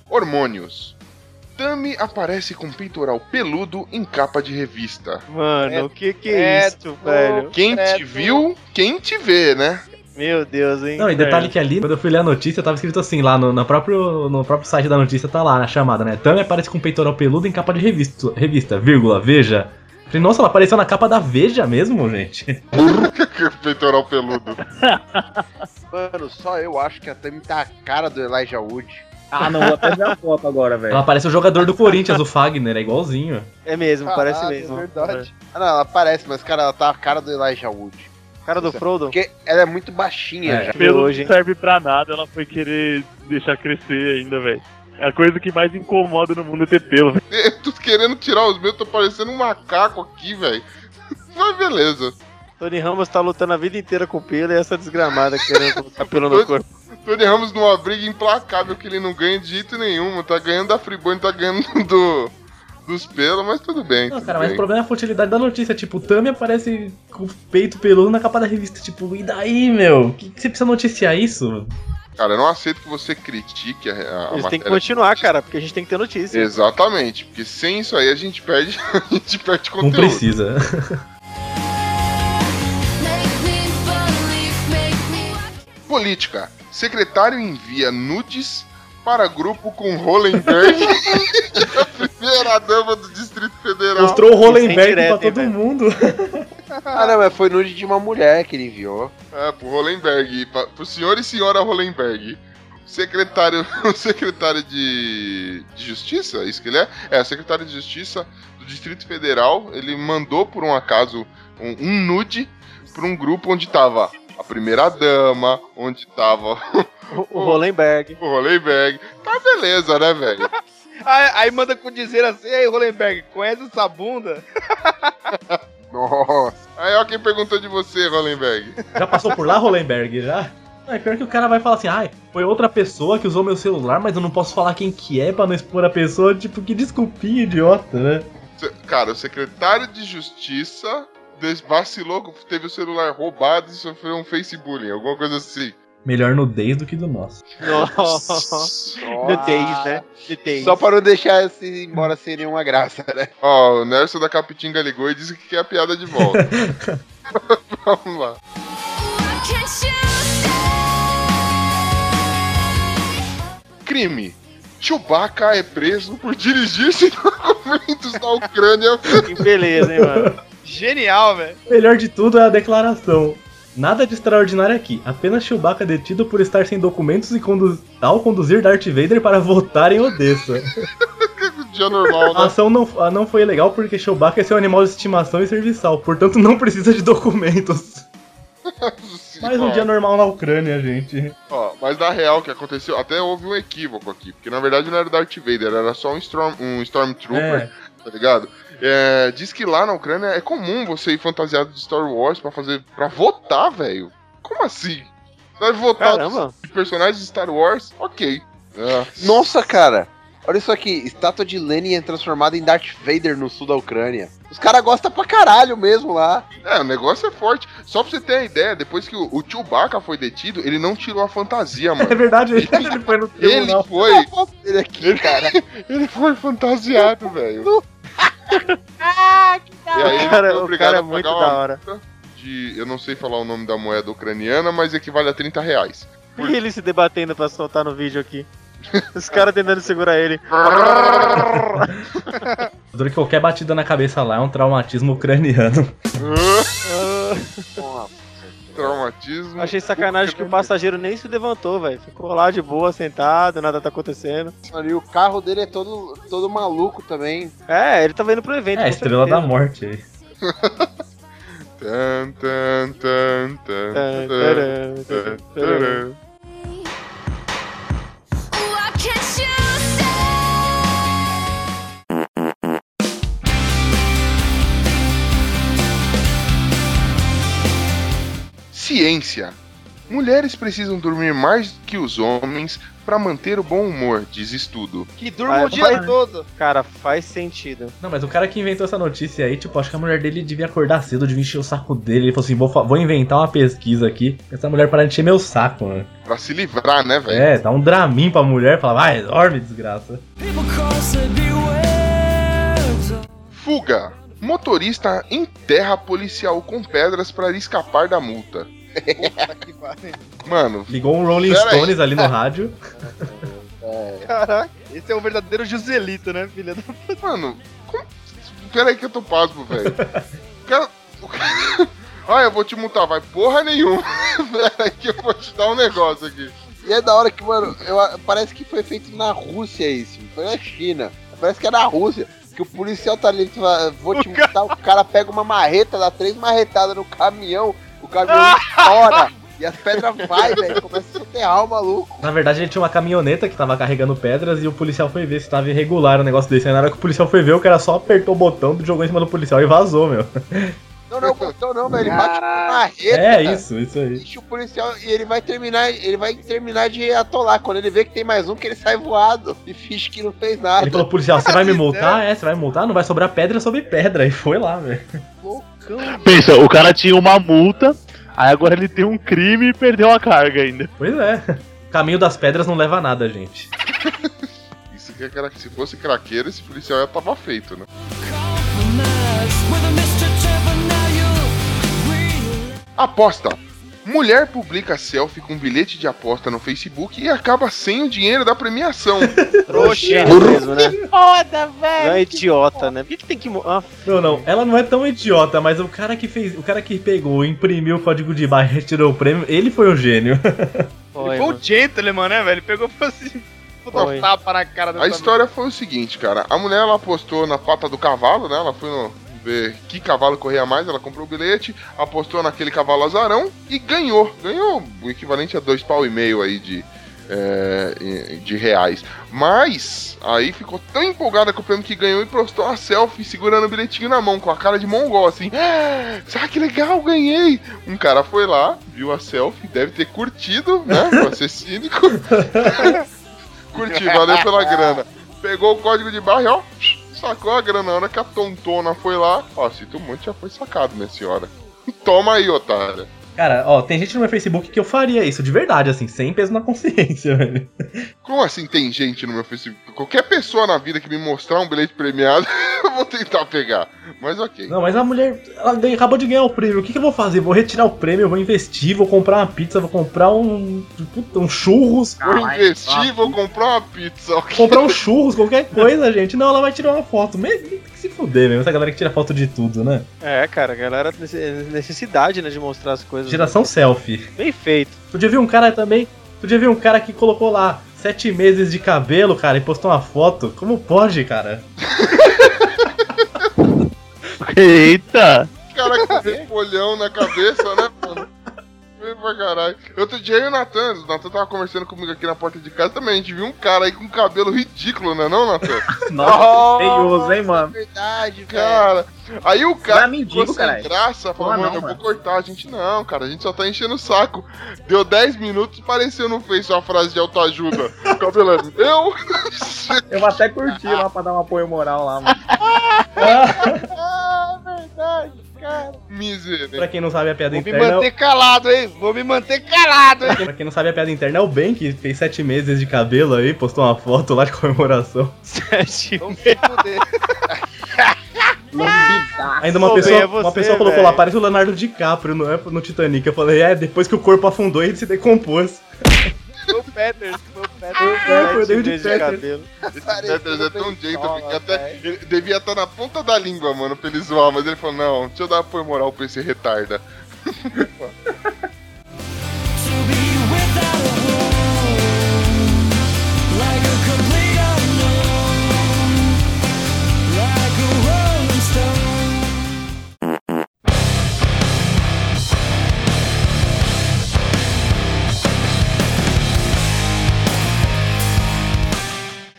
Hormônios. Tami aparece com um peitoral peludo em capa de revista. Mano, o que que é, é isso, velho? Quem te viu, quem te vê, né? *laughs* Meu Deus, hein? Não, e É. detalhe que ali, quando eu fui ler a notícia, tava escrito assim, lá no, na próprio, no próprio site da notícia, tá lá na chamada, né? Tami aparece com peitoral peludo em capa de revista, revista vírgula, veja. Falei, nossa, ela apareceu na capa da Veja mesmo, gente. peitoral peludo. Mano, só eu acho que a Tami tá a cara do Elijah Wood. Ah, não, vou até ver a foto agora, velho. Ela parece o jogador do Corinthians, o Fagner, é igualzinho. É mesmo, parece Caralho, mesmo. É verdade. Ah, não, ela parece, mas cara, ela tá a cara do Elijah Wood. Cara do Frodo. Porque ela é muito baixinha É. já. Pelo hoje, hein? não serve pra nada, ela foi querer deixar crescer ainda, velho. É a coisa que mais incomoda no mundo é ter pelo, velho. Eu tô querendo tirar os meus, tô parecendo um macaco aqui, velho. *laughs* Mas beleza. Tony Ramos tá lutando a vida inteira com pelo e essa desgramada querendo colocar pelo no corpo. Tony Ramos numa briga implacável que ele não ganha de jeito nenhum. Tá ganhando da Friboi, tá ganhando *laughs* do, dos pelos, mas tudo bem. Não, tudo cara, mas o bem. problema é a futilidade da notícia. Tipo, Tami aparece com o peito peludo na capa da revista. Tipo, e daí, meu? Que, que você precisa noticiar isso? Cara, eu não aceito que você critique a, a Eles têm que matéria. continuar, cara, porque a gente tem que ter notícia. Exatamente, porque sem isso aí a gente perde, *laughs* a gente perde Não conteúdo. precisa. Make me believe, make me. Política. Secretário envia nudes para grupo com Hollenberg, *laughs* a primeira dama do Distrito Federal. Mostrou o Isso é Hollenberg pra indireto, hein, todo velho? mundo. Ah, não, mas foi nude de uma mulher que ele enviou. É, pro Hollenberg, pra, pro senhor e senhora Hollenberg. O secretário, *laughs* o secretário de, de Justiça, isso que ele é? É, o secretário de Justiça do Distrito Federal, ele mandou por um acaso um, um nude pra um grupo onde tava a primeira dama, onde tava *laughs* O, o Hollenberg. o Hollenberg. Tá beleza, né, velho? Aí, aí manda com dizer assim, ei, Rolenberg, conhece essa bunda? Nossa. Aí ó quem perguntou de você, Hollenberg. Já passou por lá, Hollenberg? Já? Não, é pior que o cara vai falar assim, ai, foi outra pessoa que usou meu celular, mas eu não posso falar quem que é pra não expor a pessoa. Tipo, que desculpinha idiota, né? Se- Cara, o secretário de justiça des- vacilou, teve o celular roubado e sofreu um Facebook, alguma coisa assim. Melhor nudez do que do nosso. Nossa. Deteis, né? Deteis. Só para não deixar esse ir embora sem nenhuma graça, né? Ó, o Nelson da Capitinga ligou e disse que quer a piada de volta. Vamos lá. What can you Crime. Chewbacca é preso por dirigir *laughs* sem documentos na Ucrânia. Que beleza, hein, mano? Genial, velho. Melhor de tudo é a declaração. Nada de extraordinário aqui, apenas Chewbacca detido por estar sem documentos e condu- ao conduzir Darth Vader para votar em *laughs* Odessa. Dia normal, A né? ação não, a não foi legal porque Chewbacca é seu animal de estimação e serviçal, portanto não precisa de documentos. Mais um Ó, dia normal na Ucrânia, gente. ó, mas na real, o que aconteceu? Até houve um equívoco aqui, porque na verdade não era o Darth Vader, era só um, Storm, um É, Stormtrooper. tá ligado? É, diz que lá na Ucrânia é comum você ir fantasiado de Star Wars pra fazer. para votar, velho. Como assim? Vai votar Caramba. de personagens de Star Wars? Ok. Ah, Nossa, cara. Olha isso aqui, estátua de Lenin é transformada em Darth Vader no sul da Ucrânia. Os caras gostam pra caralho mesmo lá. É, o negócio é forte. Só pra você ter a ideia, depois que o, o Chewbacca foi detido, ele não tirou a *laughs* fantasia, é mano. verdade, ele foi no ele tribunal. Olha foi. a foto dele aqui, *laughs* cara. Ele foi fantasiado, *laughs* velho. E aí ele Cara, foi o obrigado cara é a muito pagar da uma hora. de. Eu não sei falar o nome da moeda ucraniana, mas equivale a 30 reais. E ele se debatendo pra soltar no vídeo aqui. Os caras tentando segurar ele. Duro que qualquer batida na cabeça lá é um traumatismo ucraniano. *laughs* Traumatismo. Achei sacanagem que o passageiro nem se levantou, velho. Ficou lá de boa, sentado, nada tá acontecendo. Mano, e o carro dele é todo, todo maluco também. É, ele tava indo pro evento. É, a com estrela da certeza. morte aí. Tan, tan, tan, tan, Tan, tan, taran, tan, taran, taran. taran. What can you say? Ciência. Mulheres precisam dormir mais que os homens para manter o bom humor, diz estudo. Que durma o Vai- dia vai- todo. Cara, faz sentido. Não, mas o cara que inventou essa notícia aí, tipo, acho que a mulher dele devia acordar cedo, devia encher o saco dele. Ele falou assim: vou, fa- vou inventar uma pesquisa aqui, essa mulher para de encher meu saco, mano. Pra se livrar, né, velho? É, dá um dramin pra mulher, fala, vai, dorme, desgraça. People call, say beware. Fuga. Motorista enterra policial com pedras para escapar da multa. Que pariu. Mano, Ligou um Rolling Pera aí. Stones ali no rádio. Caraca, esse é o verdadeiro Joselito, né, filha? da- mano, como... peraí que eu tô pasmo, velho. O cara. o cara- *laughs* Ah, eu vou te multar, vai porra nenhuma. *laughs* Peraí que eu vou te dar um negócio aqui. E é da hora que, mano, eu- parece que foi feito na Rússia isso. Foi na China. Parece que é na Rússia. Que o policial tá ali, tu fala, vou te multar, o cara pega uma marreta, dá três marretadas no caminhão, o caminhão estoura. E as pedras vai, velho, começa a soterrar o maluco. Na verdade, ele tinha uma caminhoneta que tava carregando pedras e o policial foi ver se tava irregular o negócio desse. Aí na hora que o policial foi ver, o cara só apertou o botão, jogou em cima do policial e vazou, meu. Não, não, então não, velho, ele bate com uma marreta. É cara. isso, isso aí. Deixa o policial e ele vai terminar, ele vai terminar de atolar. Quando ele vê que tem mais um, que ele sai voado e finge que não fez nada. Ele falou, policial, você vai me multar? né? É, você vai me multar? Não vai sobrar pedra sobre pedra. E foi lá, velho. Pensa, o cara tinha uma multa, aí agora ele tem um crime e perdeu a carga ainda. Pois é. Caminho das pedras não leva a nada, gente. Isso que é cra... Se fosse craqueiro, esse policial já tava feito, né? Compromise with a Mr. Trevor. Now you realize. Aposta. Mulher publica selfie com bilhete de aposta no Facebook e acaba sem o dinheiro da premiação. Trouxa mesmo, né? Que foda, velho. É idiota, né? Por que, que tem que. mo- Ah, Não, não, ela não é tão idiota, mas o cara que fez. O cara que pegou, imprimiu o código de barra e retirou o prêmio, ele foi o gênio. foi, Foi mano. o gentleman, né, velho? Pegou e falou assim. Puta, Foi. um tapa na cara da A história foi o seguinte, cara. A mulher ela apostou na pata do cavalo, né? Ela foi no- ver que cavalo corria mais, ela comprou o bilhete, apostou naquele cavalo azarão e ganhou. Ganhou o equivalente a dois pau e meio aí de. é, de reais. Mas aí ficou tão empolgada com o prêmio que ganhou e postou uma selfie segurando o bilhetinho na mão, com a cara de mongol, assim. *gasps* Ah, sabe que legal, ganhei! Um cara foi lá, viu a selfie, deve ter curtido, né? Pra ser cínico. Curti, valeu pela grana. Pegou o código de barra e ó, sacou a grana. Na hora que a tontona foi lá, ó, sinto muito, já foi sacado, minha senhora. Toma aí, otária. Cara, ó, tem gente no meu Facebook que eu faria isso de verdade, assim, sem peso na consciência, *laughs* velho. Como assim tem gente no meu Facebook? Qualquer pessoa na vida que me mostrar um bilhete premiado, *laughs* eu vou tentar pegar. Mas ok. Não, mas a mulher, ela ganha- acabou de ganhar o prêmio. O que, que eu vou fazer? Vou retirar o prêmio, vou investir, vou comprar uma pizza, vou comprar um. Puta, um churros. Vou investir, vou comprar uma pizza. ok? Comprar um churros, *laughs* qualquer coisa, gente. Não, ela vai tirar uma foto. Me- Tem que se fuder mesmo, essa galera que tira foto de tudo, né? É, cara, a galera tem nece- necessidade, né, de mostrar as coisas. né? Geração selfie. Bem feito. Podia ver um cara também. Podia ver um cara que colocou lá sete meses de cabelo, cara, e postou uma foto. Como pode, cara? Eita! cara com repolhão na cabeça, né, mano? Foi pra caralho. Outro dia eu e o Natan, o Natan tava conversando comigo aqui na porta de casa também. A gente viu um cara aí com um cabelo ridículo, né, não, Natan? Nossa, feioso, hein, mano? Verdade, cara. Cara, aí o cara Vai mendigo, ficou sem caralho. graça, falou, Porra, mano, não, eu mano. vou cortar. A gente, não, cara, a gente só tá enchendo o saco. Deu 10 minutos, pareceu no Face uma frase *laughs* de autoajuda. Cabelando, eu? *laughs* Eu vou até curtir lá pra dar um apoio moral lá, mano. pra Misericórdia. quem não sabe a piada Vou me interna. é o- manter calado, hein? Vou me manter calado, hein? Pra quem não sabe a piada interna é o Ben que fez sete meses de cabelo aí, postou uma foto lá de comemoração. Sete. Vamos se fuder. *laughs* Ainda uma Ô, pessoa, Ben, é você, uma pessoa colocou velho. lá, parece o Leonardo DiCaprio no, no Titanic. Eu falei, é, depois que o corpo afundou ele se decompôs. *laughs* Foi o Peters, foi o Peters. É, foi o de David Petter. cabelo. Tetris é tão jeito, porque até ele devia estar na ponta da língua, mano, pra ele zoar, mas ele falou, não, deixa eu dar apoio moral pra esse retarda. To be without a home, like a complete unknown, like a rolling stone.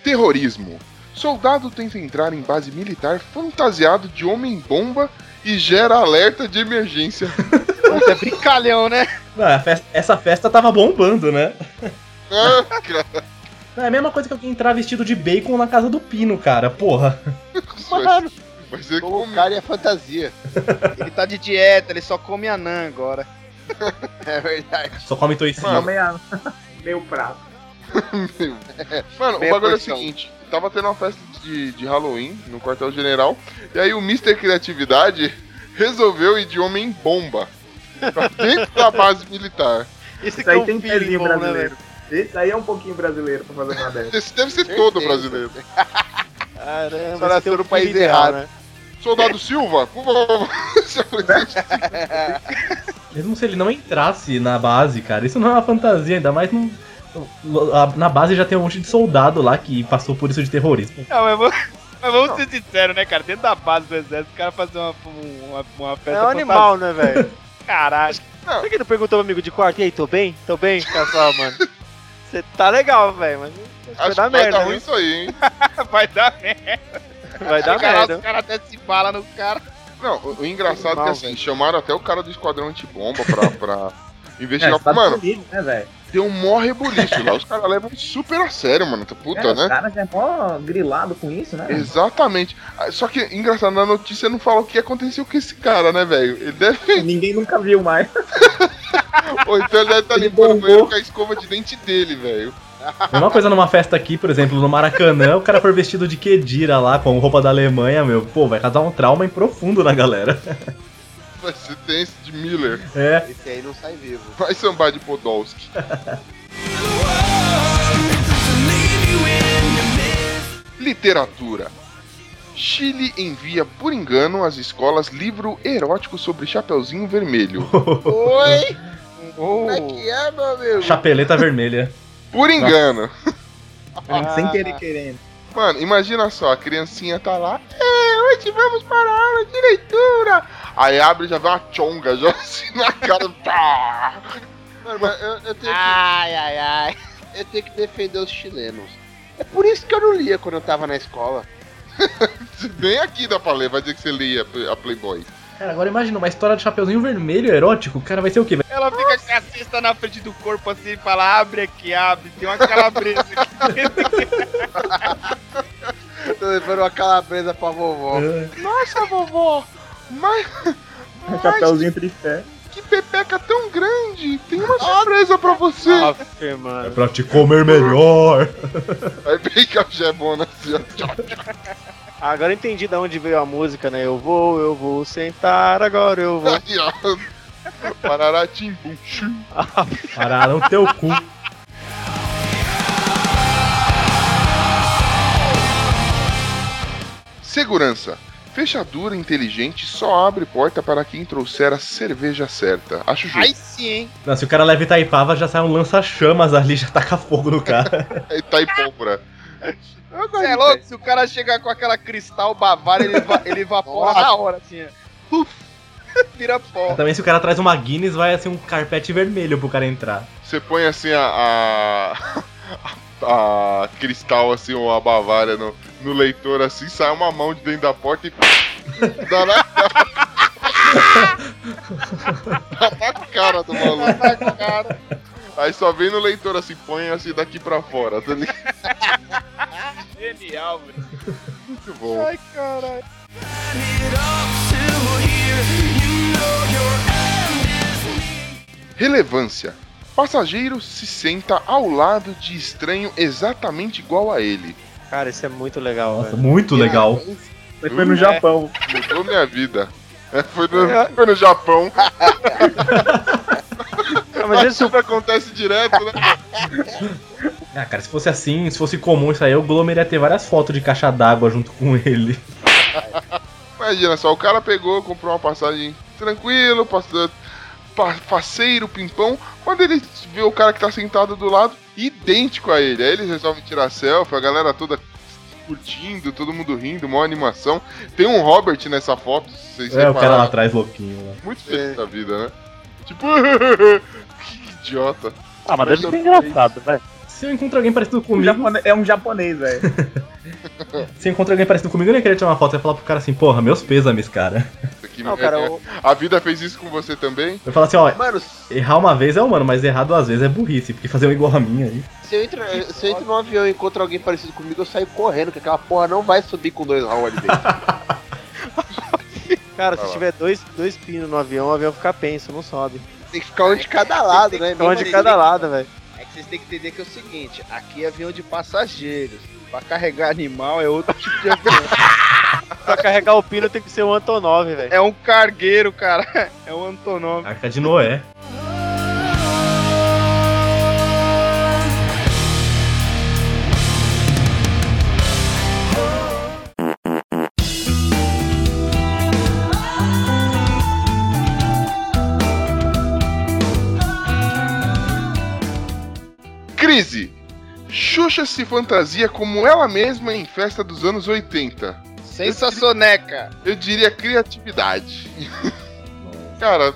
Terrorismo. Soldado tenta entrar em base militar fantasiado de homem-bomba e gera alerta de emergência. *laughs* Puta, é brincalhão, né? Não, Ah, a festa- essa festa tava bombando, *laughs* né? Ah, cara, Não, É a mesma coisa que alguém entrar vestido de bacon na casa do Pino, cara. Porra. isso vai, Mano, vai ser o como... cara é e a fantasia. Ele tá de dieta, ele só come anã agora. É verdade. Só come toicinho. Mano, Meia- é *laughs* Meio prato. Mano, o Meia bagulho é o porção. seguinte, tava tendo uma festa de, de Halloween no quartel general, e aí o Mr. Criatividade *laughs* resolveu ir de homem-bomba pra dentro da base militar. Isso é aí um tem pezinho né, brasileiro. Esse aí é um pouquinho brasileiro pra fazer uma dessa. Esse deve ser todo Certeza. brasileiro. Caramba, Só nasceu esse é no filho país ideal, errado. né? Soldado Silva, por favor, *laughs* se apresente. Mesmo se ele não entrasse na base, cara, isso não é uma fantasia, ainda mais num- a- Na base já tem um monte de soldado lá que passou por isso de terrorismo. Não, mas, vamos- mas vamos ser sinceros, né, cara? Dentro da base do exército, o cara fazer uma, uma, uma festa É um animal, né, *laughs* velho? fantasia. Caralho. Por que não perguntou pro amigo de quarto? E aí, tô bem? Tô bem? Cara, fala, mano. Você tá legal, velho, mas vai Acho que dar vai merda, dar ruim viu? isso aí, hein? Vai dar merda. Vai dar Caralho, merda. os caras até se bala no cara. Não, o, o engraçado é que Mal, assim, velho. chamaram até o cara do esquadrão antibomba pra, pra *laughs* É, investigar. É, Estados É, mano, Unidos, né, velho? deu um mó rebuliço lá. Os caras levam super a sério, mano. tá Puta, É, Os né? caras já é mó grilado com isso, né? Exatamente. Ah, Só que, engraçado, na notícia não fala o que aconteceu com esse cara, né, velho? Ele deve. Ninguém nunca viu mais. Ou então ele deve estar Ele limpando o bombou. banheiro com a escova de dente dele, velho. É uma coisa numa festa aqui, por exemplo, no Maracanã, o cara foi vestido de Kedira lá, com roupa da Alemanha, meu. Pô, vai causar um trauma em profundo na galera. Vai ser tenso de Miller. É. *laughs* Esse aí não sai vivo. Vai sambar de Podolski. Literatura. Chile envia, por engano, às escolas livro erótico sobre Chapeuzinho Vermelho. Oi! Oh. Como é que é, meu amigo? Chapeleta vermelha. Por engano. Ah, *laughs* Sem querer querendo. Mano, imagina só, a criancinha tá lá. É, hoje vamos para a aula de leitura. Aí abre e já vem uma chonga, *laughs* já assim na cara. Tá. Mano, mas eu, eu tenho Ai, ai, ai. que, eu tenho que defender os chilenos. É por isso que eu não lia quando eu tava *laughs* na escola. Nem aqui dá pra ler, vai dizer que você lia a Playboy. Cara, agora imagina uma história de Chapeuzinho Vermelho erótico. Cara, vai ser o quê? Vai- Ela fica com a cesta na frente do corpo assim e fala: abre aqui, abre, tem uma calabresa aqui dentro. Eu tô levando uma calabresa pra vovó. Nossa, vovó, mas Chapeuzinho trifé. que pepeca tão grande. Tem Ah, uma surpresa pra você. Aff, mano. É Pra te comer melhor. Aí vem que a jebona assim, ó. Agora eu entendi de onde veio a música, né? Eu vou, eu vou sentar, agora eu *laughs* vou. Aí, ó. um Pararatimbu. Pararam teu cu. Segurança. Fechadura inteligente só abre porta para quem trouxer a cerveja certa. Acho justo. Aí sim, hein? Não, se o cara leva Itaipava, já sai um lança-chamas ali, já taca fogo no cara. Aí tá em pólvora. Você é louco? Se o cara chegar com aquela cristal bavária, ele, eva- ele evapora na hora, assim. ó. Uf, *laughs* vira pó. Também se o cara traz uma Guinness, vai assim um carpete vermelho pro cara entrar. Você põe assim a. a, *laughs* a cristal, assim, ou a Bavária no, no leitor, assim, sai uma mão de dentro da porta e. *laughs* dá na, dá na cara do maluco. Aí só vem no leitor assim, põe assim daqui pra fora, tá ligado? Genial, velho. Muito bom. Ai, caralho. Relevância. Passageiro se senta ao lado de estranho exatamente igual a ele. Cara, isso é muito legal, Nossa, velho. muito legal. Foi, foi no né? Japão. Mudou minha vida. *laughs* É, foi, no, foi no Japão. Ah, mas isso *laughs* Isso acontece direto, né? Ah, cara, se fosse assim, se fosse comum isso aí, o Glomer ia ter várias fotos de caixa d'água junto com ele. Imagina só, o cara pegou, comprou uma passagem tranquilo, passou, pa- faceiro, pimpão. Quando ele vê o cara que tá sentado do lado, idêntico a ele. Aí eles resolvem tirar selfie, a galera toda curtindo, todo mundo rindo, maior animação. Tem um Robert nessa foto, vocês É, o cara lá repararam. atrás, louquinho. né? Lá. Muito feliz da vida, né? Tipo, *laughs* que idiota. Ah, mas deve ser engraçado, né? vai. Se eu encontro alguém parecido Um comigo, japone- É um japonês, velho. se eu encontro alguém parecido comigo, eu nem queria tirar uma foto. Eu ia falar pro cara assim, porra, meus pêsames, cara. Isso aqui Não, não, cara, é- o- A vida fez isso com você também? Eu ia falar assim, ó, Mano, errar uma vez é humano, mas errar duas vezes é burrice, porque fazer um igual a minha aí. se eu entro, se eu entro num avião e encontro alguém parecido comigo, eu saio correndo, que aquela porra não vai subir com dois rounds *laughs* ali dentro. Cara, se Vai lá. tiver dois, dois pinos no avião, o avião fica penso, não sobe. Tem que ficar um de cada lado, né? Então é de mas cada ele- lado, velho. É que vocês têm que entender que é o seguinte, aqui é avião de passageiros. Pra carregar animal é outro tipo de avião. Pra carregar o pino tem que ser um Antonov, velho. É um cargueiro, cara. *laughs* É um Antonov. Arca de Noé. Crise! Xuxa se fantasia como ela mesma em festa dos anos 80. Sensacioneca. Eu diria criatividade. *laughs* Cara,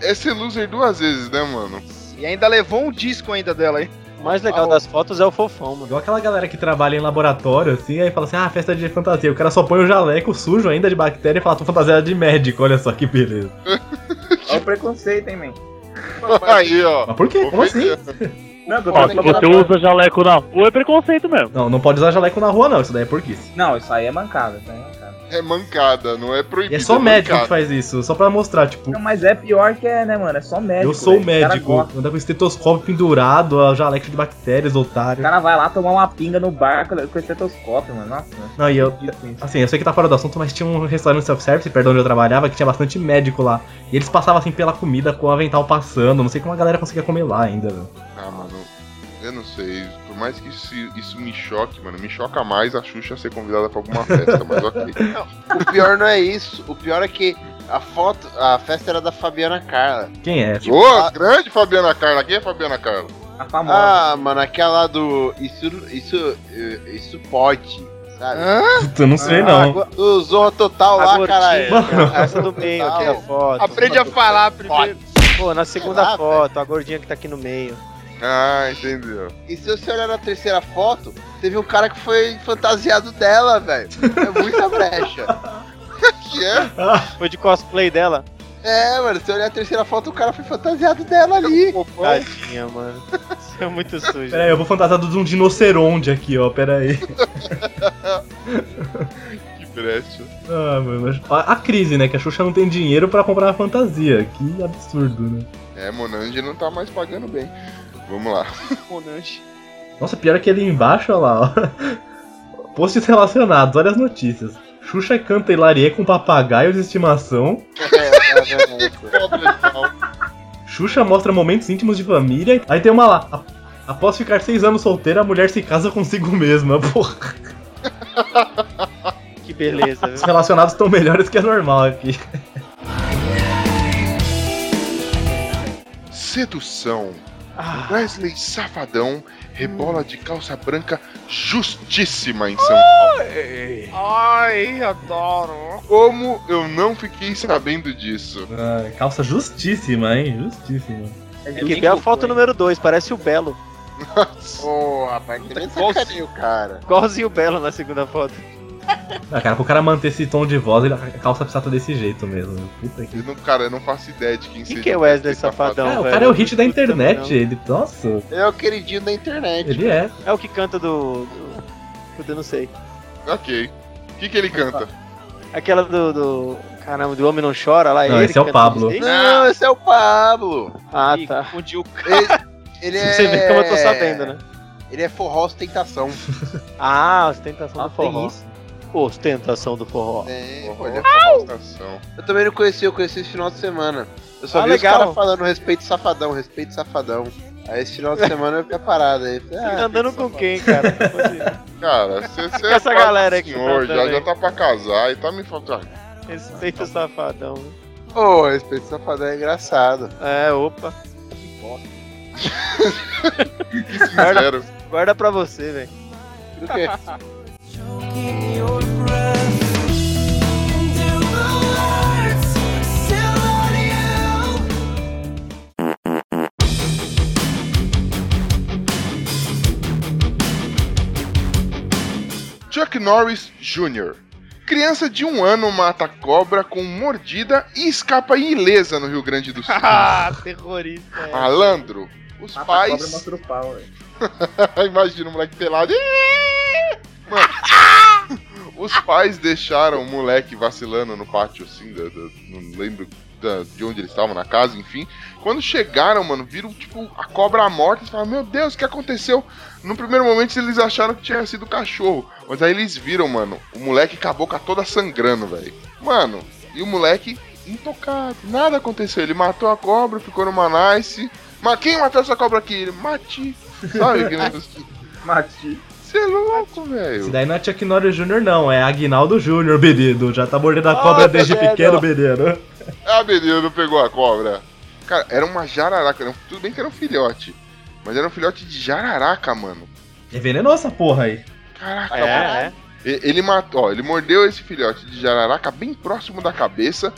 é ser loser duas vezes, né, mano? E ainda levou um disco ainda dela, hein? O mais legal das fotos é o fofão, mano. Igual aquela galera que trabalha em laboratório, assim, aí fala assim, ah, festa de fantasia. O cara só põe o jaleco sujo ainda de bactéria e fala, tô fantasiado de médico, olha só que beleza. Olha o É um preconceito, hein, man. Aí, ó. Mas por quê? Como assim? Não, Ó, se você usa jaleco na rua, é preconceito mesmo. Não, não pode usar jaleco na rua, não, isso daí é porquice. Não, isso aí é mancada, isso aí é mancada. É mancada, não é E proibido. é só médico que mancada. faz isso, só pra mostrar, tipo, Não, mas é pior que é, né, mano? É só médico. eu sou velho. O cara médico, gosta. andar com estetoscópio pendurado, ó, jaleco de bactérias, O otário. cara vai lá tomar uma pinga no bar com com estetoscópio, mano. Nossa, mano. Não, e eu, Isso, isso. Assim, eu sei que tá fora do assunto, mas tinha um restaurante self-service, perto de onde eu trabalhava, que tinha bastante médico lá. E eles passavam assim pela comida com o avental passando. Não sei como a galera conseguia comer lá ainda, velho. Ah, mano. Eu não sei. Por mais que isso, isso me choque, mano. Me choca mais a Xuxa ser convidada pra alguma festa, mas ok. *laughs* O pior não é isso. O pior é que a foto, a festa era da Fabiana Carla. Quem é? Ô, grande Fabiana Carla. Quem é Fabiana Carla? A famosa. Ah, mano, aquela do. Isso. Isso. eh, Isso pode. Sabe? Eu não sei, Ah, não. agora- do Zorra Total A lá, gordinha, caralho. cara, essa é do meio aqui Total. da foto. Aprende a falar primeiro. Pô, na segunda Sei lá, foto, a gordinha que tá aqui no meio. Ah, entendeu. E se você olhar na terceira foto, teve um cara que foi fantasiado dela, velho. É muita *laughs* brecha. Que é? *laughs* Ah, Foi de cosplay dela? É, mano, se olhar a terceira foto, o cara foi fantasiado dela ali. Tadinha, mano. Isso é muito sujo. Pera aí, eu vou fantasiado de um dinoceronte aqui, ó. Pera aí. Que brecha. Ah, mano. A, a crise, né? Que a Xuxa não tem dinheiro pra comprar uma fantasia. Que absurdo, né? É, Monange não tá mais pagando bem. Vamos lá. Nossa, pior é que ali embaixo, olha lá, ó. *laughs* Posts relacionados, olha as notícias. Xuxa canta Hilarie com papagaio de estimação. Pobre animal. Xuxa mostra momentos íntimos de família. Aí tem uma lá. "A- Após ficar seis anos solteira, a mulher se casa consigo mesma. *laughs* Porra, Que beleza, os viu? relacionados estão melhores que é normal aqui. Sedução. Ah, Wesley Safadão, rebola de calça branca justíssima em São Paulo. Ai, adoro. Como eu não fiquei sabendo disso? Ah, calça justíssima, hein? Justíssima. É tem que ver a foto número 2, parece o Belo. Nossa. Ô, rapaz, que nem Nossa. sacaneio, cara. Igualzinho o Belo na segunda foto. Ah, cara, pro cara manter esse tom de voz, ele- a calça precisa estar desse jeito mesmo. Puta que. Eu não, cara, eu não faço ideia de quem Quem seja que é Wesley Wesley Safadão. Safadão, Cara, velho? o cara é o hit da Puta, internet. não. Ele, nossa, Ele é o queridinho da internet. ele é. É o que canta do... do... Puta, eu não sei. Ok. O que, que ele canta? Aquela do, do- Caramba, do Homem Não Chora lá. Não, ele esse é o que canta Pablo. isso aí? Não, esse é o Pablo. Ah, tá. Onde o Ele é. Você vê como eu tô sabendo, né? Ele é forró ostentação. Ah, ostentação Ah, do tem forró. isso? Ostentação do forró. É, Porra, pô, olha a estação. Eu também não conheci, eu conheci esse final de semana. Eu só Ah, vi legal. os caras falando respeito safadão, respeito safadão. Aí esse final de semana eu fiquei parado aí. Falei, Tá ah, andando com quem, cara? Cara, você você Essa quase galera aqui senhor, tá já, também. já tá pra casar e tá me faltando. Respeita o safadão. Ô, respeito safadão é engraçado. É, opa. *laughs* Sincero. Guarda pra você, velho. Por quê? Chuck Norris Jr. Criança de um ano mata cobra com mordida e escapa ilesa no Rio *laughs* Grande do Sul. Ah, terrorista. É. Malandro, os Mata a cobra, pais. mostra o pau, velho. *laughs* Imagina o moleque pelado. Mano. Os pais deixaram o moleque vacilando no pátio, assim, da- da- não lembro da- de onde eles estavam, na casa, enfim. Quando chegaram, mano, viram, tipo, a cobra morta e falaram, meu Deus, o que aconteceu? No primeiro momento eles acharam que tinha sido o cachorro, mas aí eles viram, mano, o moleque com a boca toda sangrando, velho. Mano, e o moleque intocado, nada aconteceu, ele matou a cobra, ficou numa nice. Mas quem matou essa cobra aqui? Ele, mati. Sabe? que negócio? Mati. Você é louco, velho. Esse daí não é Chuck Norris Jr., não, é Aguinaldo Jr., menino. Já tá mordendo a cobra Ah, desde velho. pequeno, menino. A menina Ah, não pegou a cobra. Cara, era uma jararaca. era um- Tudo bem que era um filhote. Mas era um filhote de jararaca, mano. É venenosa essa porra aí. Caraca, Ah, mano. É, é. E- Ele matou, ó, ele mordeu esse filhote de jararaca bem próximo da cabeça,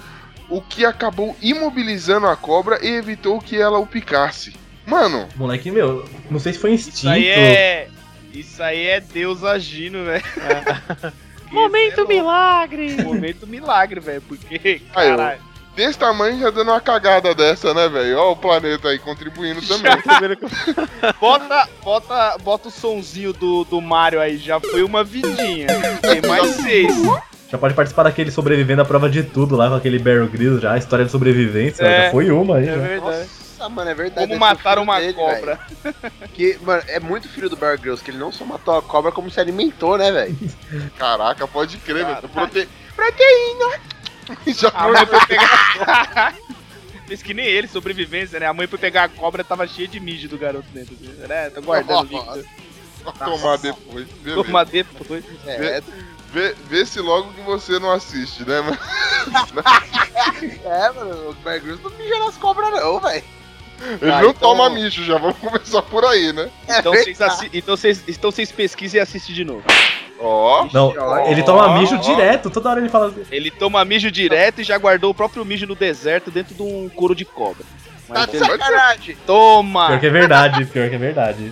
o que acabou imobilizando a cobra e evitou que ela o picasse. Mano, Moleque, meu, não sei se foi Isso instinto. aí é. Isso aí é Deus agindo, né? *laughs* velho. Momento milagre! Momento milagre, velho, porque. Aí, ó, Caralho. desse tamanho já dando uma cagada dessa, né, velho? Ó, o planeta aí contribuindo também. Bota, bota, bota o sonzinho do, do Mario aí, já foi uma vidinha. Tem mais seis. Já pode participar daquele sobrevivendo à prova de tudo lá com aquele Barrel Grills já, a história de sobrevivência, né? É. já foi uma aí. É já. verdade. Nossa, mano, é verdade. Como esse é o matar filho uma dele, velho. cobra. Que, mano, é muito filho do Bear Grylls, que ele não só matou a cobra, como se alimentou, né, velho? Caraca, pode crer, velho. Prote... Proteína! *laughs* já A mãe foi pegar. Fez que nem ele, sobrevivência, né? A mãe foi pegar a cobra, tava cheia de mijo do garoto dentro. Né? Tô guardando *laughs* Nossa. líquido. pra tomar depois. Beleza. Tomar depois. É, Vê, vê se logo que você não assiste, né, mano? é, mano, o Bear Grylls não mija nas cobras, não, velho. Ele Ah, não então- toma mijo, já vamos *laughs* começar por aí, né? Então vocês, assi- então, vocês, então vocês pesquisam e assistem de novo. Ó, Não, Ó, ele toma ó. mijo direto, toda hora ele fala assim. Ele toma mijo direto e já guardou o próprio mijo no deserto dentro de um couro de cobra. Tá de sacanagem. Pior Toma! que é verdade, pior que é verdade.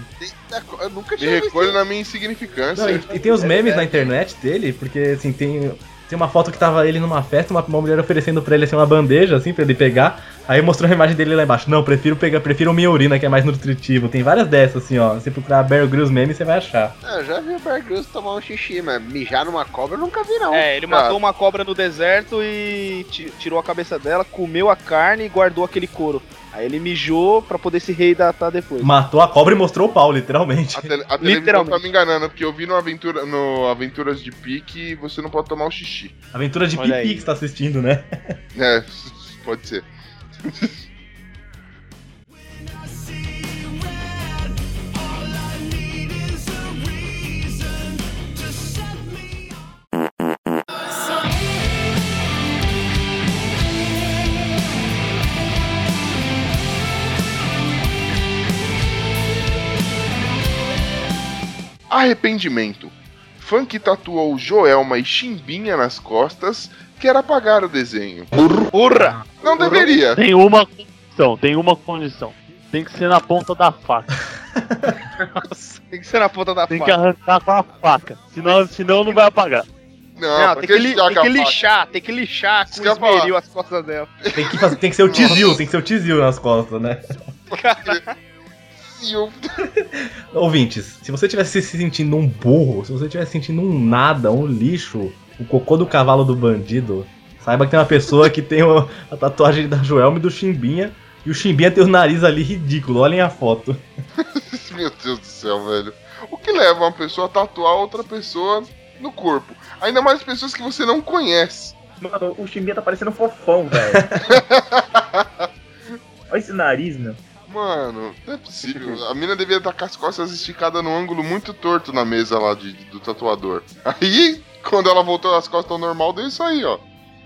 Tá Eu nunca me tinha visto. recolho na minha Não, insignificância. e, e tem os memes na internet dele, porque assim, tem, tem uma foto que tava ele numa festa, uma, uma mulher oferecendo pra ele assim, uma bandeja, assim, pra ele pegar. Aí mostrou a imagem dele lá embaixo. Não, prefiro pegar, prefiro minha urina, que é mais nutritivo. Tem várias dessas, assim, ó. Se procurar Bear Grylls meme, você vai achar. Ah, eu já vi o Bear Grylls tomar um xixi, mas mijar numa cobra eu nunca vi, não. Ah, É, ele matou uma cobra no deserto e ti- tirou a cabeça dela, comeu a carne e guardou aquele couro. Aí ele mijou pra poder se reidratar depois. Matou a cobra e mostrou o pau, literalmente. *laughs* A, tele, a televisão Literalmente. tá me enganando, porque eu vi no, aventura, no Aventuras de Pique você não pode tomar o xixi. Aventura de Olha Pipi aí. que você tá assistindo, né? É, pode ser. Arrependimento. Funk tatuou Joelma e Chimbinha nas costas, quer apagar o desenho. Urra! Não deveria. Tem uma condição, tem uma condição. Tem que ser na ponta da faca. Tem que ser na ponta da Tem faca. que arrancar com a faca. Senão, senão não vai apagar. Não, Não, tem porque que, li- já tem que capaz- lixar, tem que lixar Isso com que eu ia falar. esmeril as costas dela. Tem que, fazer- tem que ser o tizil, tem que ser o tizil nas costas, né? E eu- Ouvintes, se você tivesse se sentindo um burro, se você tivesse sentindo um nada, um lixo, o cocô do cavalo do bandido, saiba que tem uma pessoa que tem o- a tatuagem da Joelma e do Chimbinha, e o Chimbinha tem o nariz ali ridículo, olhem a foto. *laughs* Meu Deus do céu, velho. O que leva uma pessoa a tatuar outra pessoa no corpo? Ainda mais pessoas que você não conhece. Mano, o Chimbinha tá parecendo um fofão, velho. Olha esse nariz, meu. Mano, não é possível. A mina devia estar com as costas esticadas num ângulo muito torto na mesa lá de- do tatuador. Aí, quando ela voltou as costas ao normal, deu isso aí, ó.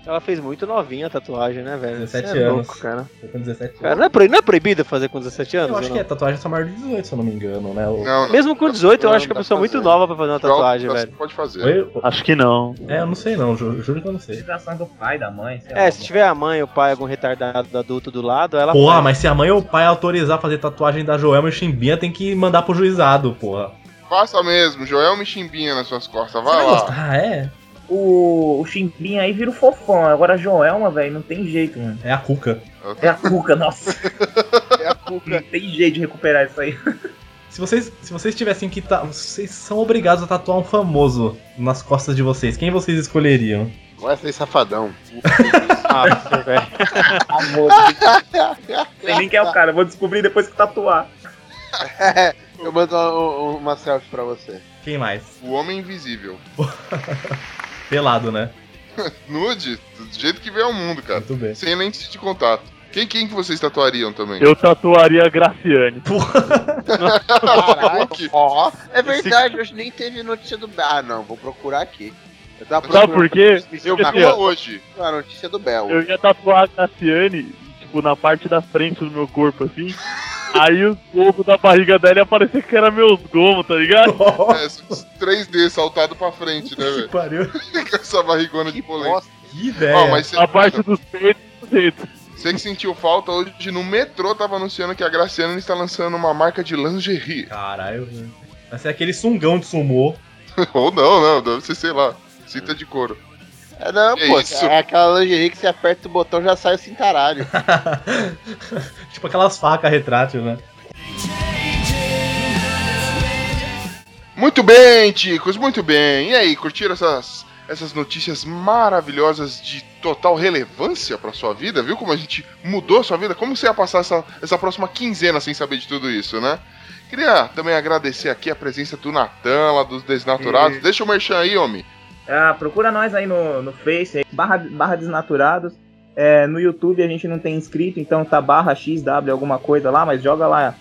Ela fez muito novinha a tatuagem, né, velho? 17 Você é anos. louco, cara. Foi com 17 Cara, anos. não é, proibido, não é proibido fazer com 17 anos? Eu acho ou que é não? tatuagem só maior de 18, se eu não me engano, né? O- Não, não. Mesmo com 18, eu Não, acho que a dá pessoa é pra muito fazer. nova pra fazer uma Joga, tatuagem, você velho. Pode fazer. Oi? Acho que não. É, eu não sei não, ju- juro que eu não sei. Inspiração do pai, da mãe, sei É, se tiver a mãe ou o pai, algum retardado adulto do lado, ela. Porra, faz. mas se a mãe ou o pai autorizar fazer tatuagem da Joelma e Chimbinha, tem que mandar pro juizado, porra. Faça mesmo, Joel Michimbinha nas suas costas, vai Você lá. gostar, é? O, o Chimbinha aí vira o fofão. Agora a Joelma, velho, não tem jeito, mano. É a Cuca. É a Cuca, nossa. É a cuca. Não tem jeito de recuperar isso aí. *laughs* Se vocês, se vocês tivessem que ta... vocês são obrigados a tatuar um famoso nas costas de vocês, quem vocês escolheriam? Wesley Safadão. Ah, velho. Amor. Sei nem quem é o cara. Vou descobrir depois que tatuar. Eu mando uma, um, uma selfie pra você. Quem mais? O Homem Invisível. Pelado, né? Nude, do jeito que vem ao mundo, cara. Muito bem. Sem lente de contato. Quem, quem que vocês tatuariam também? Eu tatuaria a Graciane. Caralho, que- ó. É verdade, hoje nem teve notícia do Bel. Ah, não, vou procurar aqui. Eu tava Sabe por quê? Eu Porque, na assim, ó, rua hoje. procurando a notícia do Bel. Eu ia tatuar a Graciane, tipo, na parte da frente do meu corpo, assim. Aí os gomos da barriga dela ia parecer que era meus gomos, tá ligado? Nossa, É, os 3D saltado pra frente, né, que *laughs* velho? pariu. Com Essa barrigona de Que polenta. bosta. Que ideia. Ó, mas você, A parte dos peitos e dos dedos. você que sentiu falta hoje no metrô tava anunciando que a Graciana está lançando uma marca de lingerie. *laughs* Caralho, velho. Vai ser aquele sungão de sumô. *laughs* Ou não, não, deve ser, sei lá, cinta de couro. É, não, Que pô. isso? É aquela lingerie que você aperta o botão já sai o cintaralho. tipo aquelas facas retrátil, né? Muito bem, chicos, muito bem. E aí, curtiram essas, essas notícias maravilhosas de total relevância pra sua vida? Viu como a gente mudou a sua vida? Como você ia passar essa, essa próxima quinzena sem saber de tudo isso, né? Queria também agradecer aqui a presença do Natan, lá dos Desnaturados. Deixa o merchan aí, homem. Ah, procura nós aí no, no Face, aí, barra, barra Desnaturados. É, no YouTube a gente não tem inscrito, então tá barra XW alguma coisa lá, mas joga lá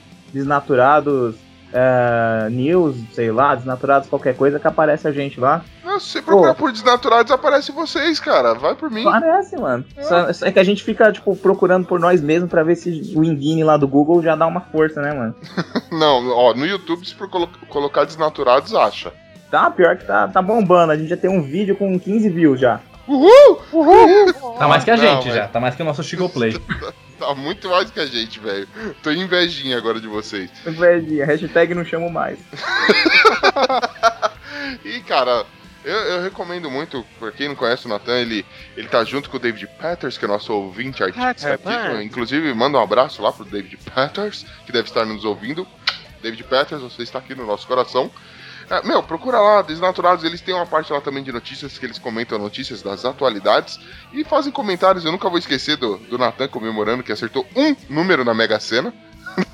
Desnaturados é, News, sei lá, Desnaturados qualquer coisa que aparece a gente lá. Não, se você procurar Pô. por Desnaturados, aparece vocês, cara. Vai por mim. Parece, mano. Só, só é que a gente fica, tipo, procurando por nós mesmos pra ver se o engine lá do Google já dá uma força, né, mano? Não, ó, no YouTube, se for colo- colocar Desnaturados, acha. Tá, pior que tá, tá bombando. A gente já tem um vídeo com 15 views já. Uhul! Tá mais que a Não, gente mas- já, tá mais que o nosso Chico Play. Tá muito mais que a gente, velho. Tô em invejinha agora de vocês. Verdinha, hashtag não chamo mais. E, cara, eu, eu recomendo muito, pra quem não conhece o Natan, ele, ele tá junto com o David Patters, que é nosso ouvinte artista aqui. Inclusive, manda um abraço lá pro David Patters, que deve estar nos ouvindo. David Patters, você está aqui no nosso coração. Ah, meu, procura lá, Desnaturados, eles têm uma parte lá também de notícias, que eles comentam notícias das atualidades e fazem comentários. Eu nunca vou esquecer do, do Natan comemorando que acertou um número na Mega Sena.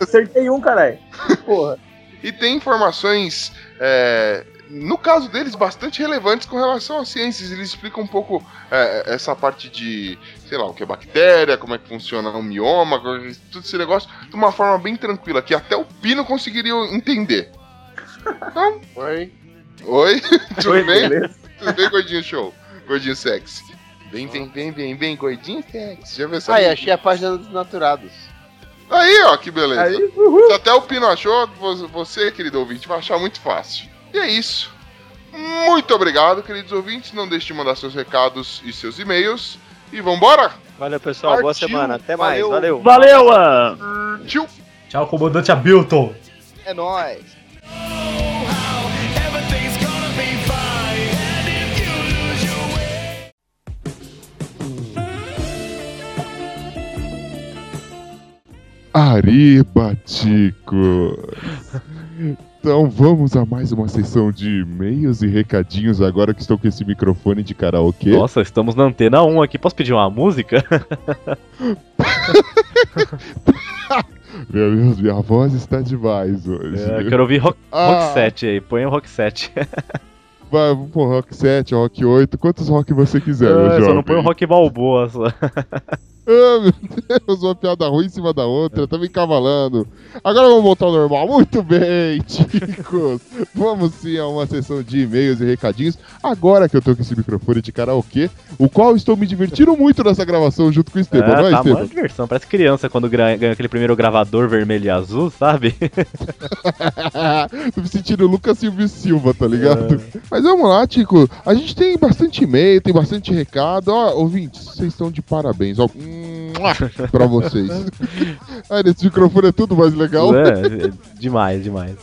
Acertei um, caralho. Porra. e tem informações, é, no caso deles, bastante relevantes com relação às ciências. Eles explicam um pouco é, essa parte de, sei lá, o que é bactéria, como é que funciona o mioma, tudo esse negócio, de uma forma bem tranquila, que até o Pino conseguiria entender. Oi? Oi, *laughs* tudo Oi, bem? beleza? Tudo bem, gordinho show? Gordinho sexy. Vem, vem, vem, vem, vem, gordinho sexy. Já viu essa Aí, achei a página dos Desnaturados. Aí, ó, que beleza. Aí, uhul. Se até o Pino achou, vo- você, querido ouvinte, vai achar muito fácil. E é isso. Muito obrigado, queridos ouvintes. Não deixe de mandar seus recados e seus e-mails. E vambora! Valeu, pessoal. Boa Partiu. semana. Até mais. Valeu. Valeu. Valeu, mano! Tchau! Tchau, comandante Abilton. É nóis. Arriba, Tico! Então vamos a mais uma sessão de e-mails e recadinhos agora que estou com esse microfone de karaokê. Nossa, estamos na antena 1 aqui. Posso pedir uma música? Meu Deus, minha voz está demais hoje. É, *laughs* quero ouvir rock, Ah. rock 7 aí. Põe o Rock 7. Vai, vamos *laughs* pôr rock 7, rock 8, quantos rock você quiser, meu Ah, jovem. só não põe o Rock Balboa. Só. Ah, meu Deus, uma piada ruim em cima da outra, tava encavalando. Agora vamos voltar ao normal. Muito bem, *laughs* chicos. Vamos sim a uma sessão de e-mails e recadinhos. Agora que eu tô com esse microfone de karaokê, o qual estou me divertindo muito nessa gravação junto com o Esteban, não tá é, uma Esteban? diversão. Parece criança quando gra- ganha aquele primeiro gravador vermelho e azul, sabe? *laughs* Tô me sentindo Lucas Silvio Silva, tá ligado? Mas vamos lá, Tico. A gente tem bastante e-mail, tem bastante recado. Ó, ouvintes, vocês estão de parabéns. Ó, *laughs* Mua! pra vocês. Olha, esse microfone é tudo mais *laughs* legal. É, é demais, demais.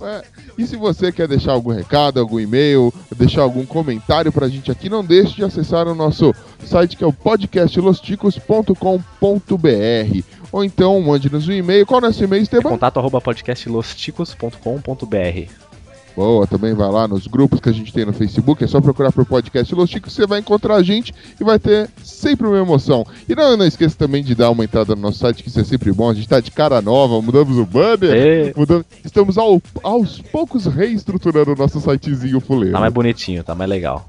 É, E se você quer deixar algum recado, algum e-mail, deixar algum comentário pra gente aqui, não deixe de acessar o nosso site que é o podcastlosticos.com.br ou então mande-nos um e-mail. Qual é o nosso e-mail, Esteban? Contato arroba podcastlosticos.com.br. Boa, também vai lá nos grupos que a gente tem no Facebook, é só procurar por podcast Los Chicos, você vai encontrar a gente e vai ter sempre uma emoção. E não, não esqueça também de dar uma entrada no nosso site, que isso é sempre bom, a gente tá de cara nova, mudamos o banner, É. mudamos- estamos ao- aos poucos reestruturando o nosso sitezinho fuleiro. Tá mais bonitinho, tá mais legal.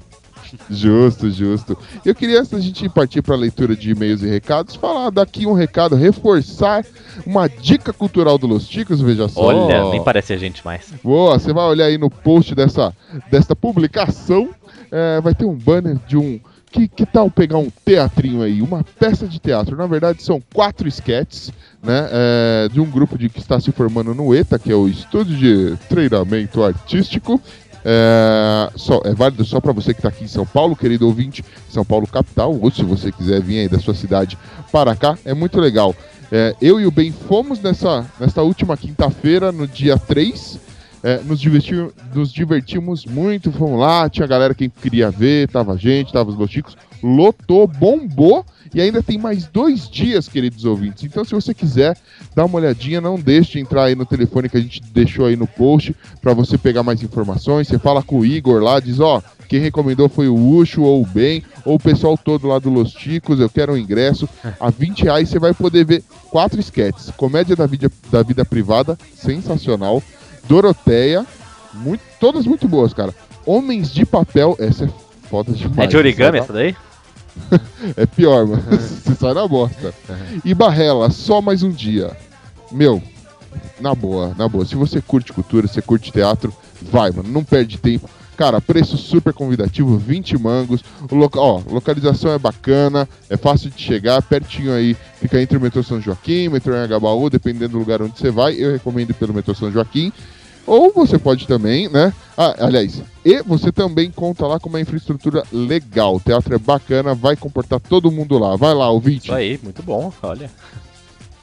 Justo, justo. Eu queria, antes da gente partir para a leitura de e-mails e recados, falar daqui um recado, reforçar uma dica cultural do Los Chicos, veja só. Olha, nem parece a gente mais. Boa, você vai olhar aí no post dessa, desta publicação, é, vai ter um banner de um. Que, que tal pegar um teatrinho aí? Uma peça de teatro. Na verdade, são quatro esquetes, né? é, de um grupo de, que está se formando no ETA, que é o Estúdio de Treinamento Artístico. É, só, é válido só para você que está aqui em São Paulo, querido ouvinte, São Paulo capital, ou se você quiser vir aí da sua cidade para cá, é muito legal. É, eu e o Ben fomos nessa, nessa última quinta-feira, no dia 3, é, nos, diverti- nos divertimos muito, fomos lá, tinha galera que queria ver, tava gente, tava os boticos, lotou, bombou, e ainda tem mais dois dias, queridos ouvintes. Então, se você quiser, dá uma olhadinha, não deixe de entrar aí no telefone que a gente deixou aí no post pra você pegar mais informações. Você fala com o Igor lá, diz, ó, quem recomendou foi o Ucho ou o Ben, ou o pessoal todo lá do Los Ticos, eu quero um ingresso. A 20 reais você vai poder ver quatro sketches. Comédia da vida, da vida privada, sensacional. Doroteia, muito- todas muito boas, cara. Homens de papel, essa é foda demais. né? É de origami essa essa daí? é pior, mano. *laughs* Você sai na bosta. E Barrela, só mais um dia. Meu, na boa, na boa. Se você curte cultura, se você curte teatro, vai, mano. Não perde tempo. Cara, preço super convidativo, 20 mangos. O loca- ó, localização é bacana, é fácil de chegar, pertinho aí. Fica entre o metrô São Joaquim, metrô Anhangabaú, dependendo do lugar onde você vai. Eu recomendo ir pelo metrô São Joaquim. Ou você pode também, né? Ah, aliás, e você também conta lá com uma infraestrutura legal. O teatro é bacana, vai comportar todo mundo lá. Vai lá, ouvinte. Isso aí, muito bom, olha.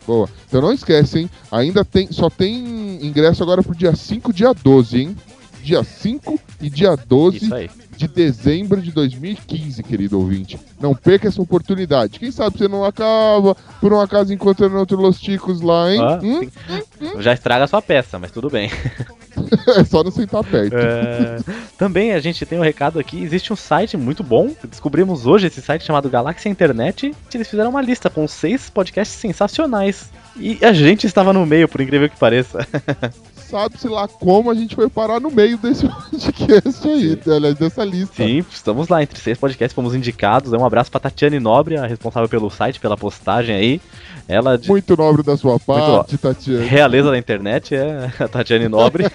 Boa. Então não esquece, hein? Ainda tem. Só tem ingresso agora pro dia 5 e dia 12, hein? Dia 5 e dia 12 Isso aí. de dezembro de 2015, querido ouvinte. Não perca essa oportunidade. Quem sabe você não acaba, por um acaso, encontrando outros Los Ticos lá, hein? Ah, Hum? Já estraga a sua peça, mas tudo bem. *laughs* É só não sentar perto. É, Também a gente tem um recado aqui. Existe um site muito bom. Descobrimos hoje esse site chamado Galáxia Internet. Eles fizeram uma lista com seis podcasts sensacionais. E a gente estava no meio, por incrível que pareça. Sabe-se lá como a gente foi parar no meio desse *laughs* podcast aí, né? aliás, dessa lista. Sim, estamos lá entre seis podcasts, fomos indicados. É um abraço pra Tatiane Nobre, a responsável pelo site, pela postagem aí. Ela de Muito nobre da sua parte, Tatiana. realeza da internet é a Tatiane *laughs* Nobre.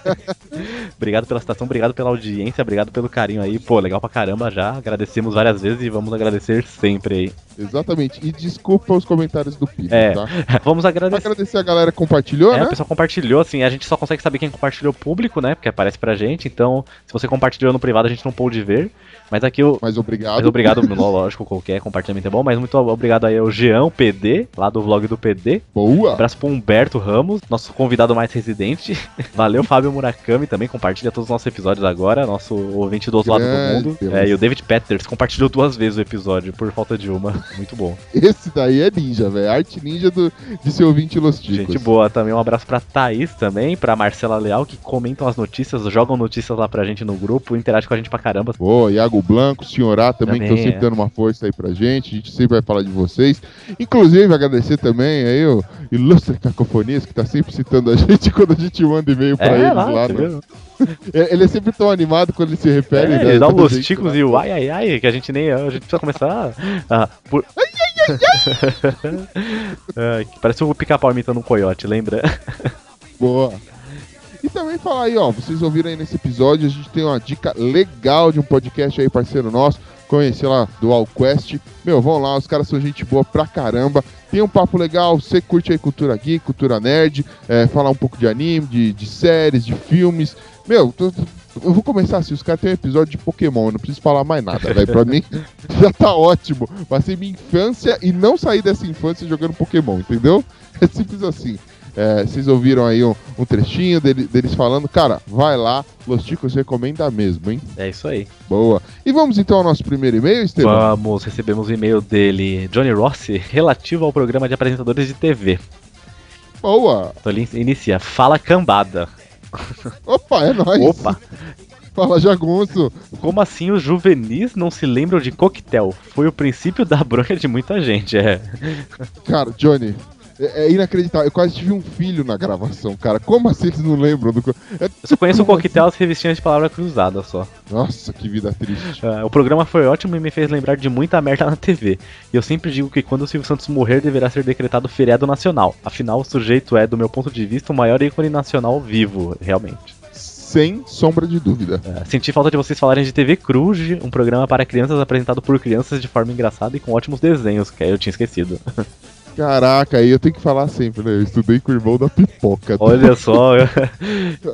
obrigado pela citação, obrigado pela audiência, obrigado pelo carinho aí. Pô, legal pra caramba já. Agradecemos várias vezes e vamos agradecer sempre aí. *laughs* Exatamente. E desculpa os comentários do Pino, É. tá? vamos agradecer. Agradecer a galera que compartilhou, É, né? o pessoal compartilhou, assim, a gente só consegue saber quem compartilhou público, né? Porque aparece pra gente, então, se você compartilhou no privado, a gente não pôde ver. Mas aqui o. Mas obrigado. Mas obrigado, Bruno, lógico, qualquer compartilhamento é bom, mas muito obrigado aí ao Jean, o PD, lá do vlog do PD. Boa. Abraço pro Humberto Ramos, nosso convidado mais residente. Valeu, Fábio Murakami, também compartilha todos os nossos episódios agora, nosso ouvinte do outro lado Grande do mundo. Deus. É, e o David Peters compartilhou duas vezes o episódio, por falta de uma. Muito bom. Esse daí é ninja, velho. Arte ninja do, de seu ouvinte Los Ticos. Gente boa também, um abraço pra Thaís também, pra Marcela Leal, que comentam as notícias, jogam notícias lá pra gente no grupo, interagem com a gente pra caramba. Boa, Iago Blanco, Senhorá também, que estão Também, sempre é. dando uma força aí pra gente. A gente sempre vai falar de vocês. Inclusive, agradecer também aí o Ilustre Cacofonias, que tá sempre citando a *laughs* gente quando a gente manda e-mail pra eles lá. É, né? no- entendeu? É, Ele é sempre tão animado quando ele se É, refere. né, ele dá quando a os gente- ticos e o *laughs* ai ai ai, que a gente nem. A gente precisa começar. a- a- por- *laughs* Ai, que parece o pica-pau imitando um coiote, lembra? Boa. E também falar aí, ó, vocês ouviram aí nesse episódio, a gente tem uma dica legal de um podcast aí, parceiro nosso. Conheci lá do Alquest. Meu, vão lá, os caras são gente boa pra caramba. Tem um papo legal, você curte aí cultura geek, cultura nerd, é, falar um pouco de anime, de, de séries, de filmes. Meu, tô- eu vou começar assim, os caras têm um episódio de Pokémon, eu não preciso falar mais nada, velho. Pra mim, *laughs* já tá ótimo. Passei minha infância e não saí dessa infância jogando Pokémon, entendeu? É simples assim. É, vocês ouviram aí um, um trechinho dele- deles falando, cara, vai lá, Los Ticos recomenda mesmo, hein? É isso aí. Boa. E vamos então ao nosso primeiro e-mail, Estevam? Vamos, recebemos o e-mail dele, Johnny Rossi, relativo ao programa de apresentadores de TV. Boa! Então ele inicia, fala cambada. Opa, é nóis! Opa! *laughs* Fala, Jagunço! Como assim os juvenis não se lembram de coquetel? Foi o princípio da *laughs* bronca de muita gente, é. Cara, Johnny, é, é inacreditável. Eu quase tive um filho na gravação, cara. Como assim eles não lembram do. co- É- Eu só conheço o coquetel as revistinhas de palavra cruzada só. Nossa, que vida triste. Ah, o programa foi ótimo e me fez lembrar de muita merda na TV. E eu sempre digo que quando o Silvio Santos morrer deverá ser decretado feriado nacional. Afinal, o sujeito é, do meu ponto de vista, o maior ícone nacional vivo, realmente. Sem sombra de dúvida. Ah, Senti falta de vocês falarem de TV Cruz, um programa para crianças apresentado por crianças de forma engraçada e com ótimos desenhos, que aí eu tinha esquecido. Caraca, aí eu tenho que falar sempre, né? Eu estudei com o irmão da pipoca. Olha só,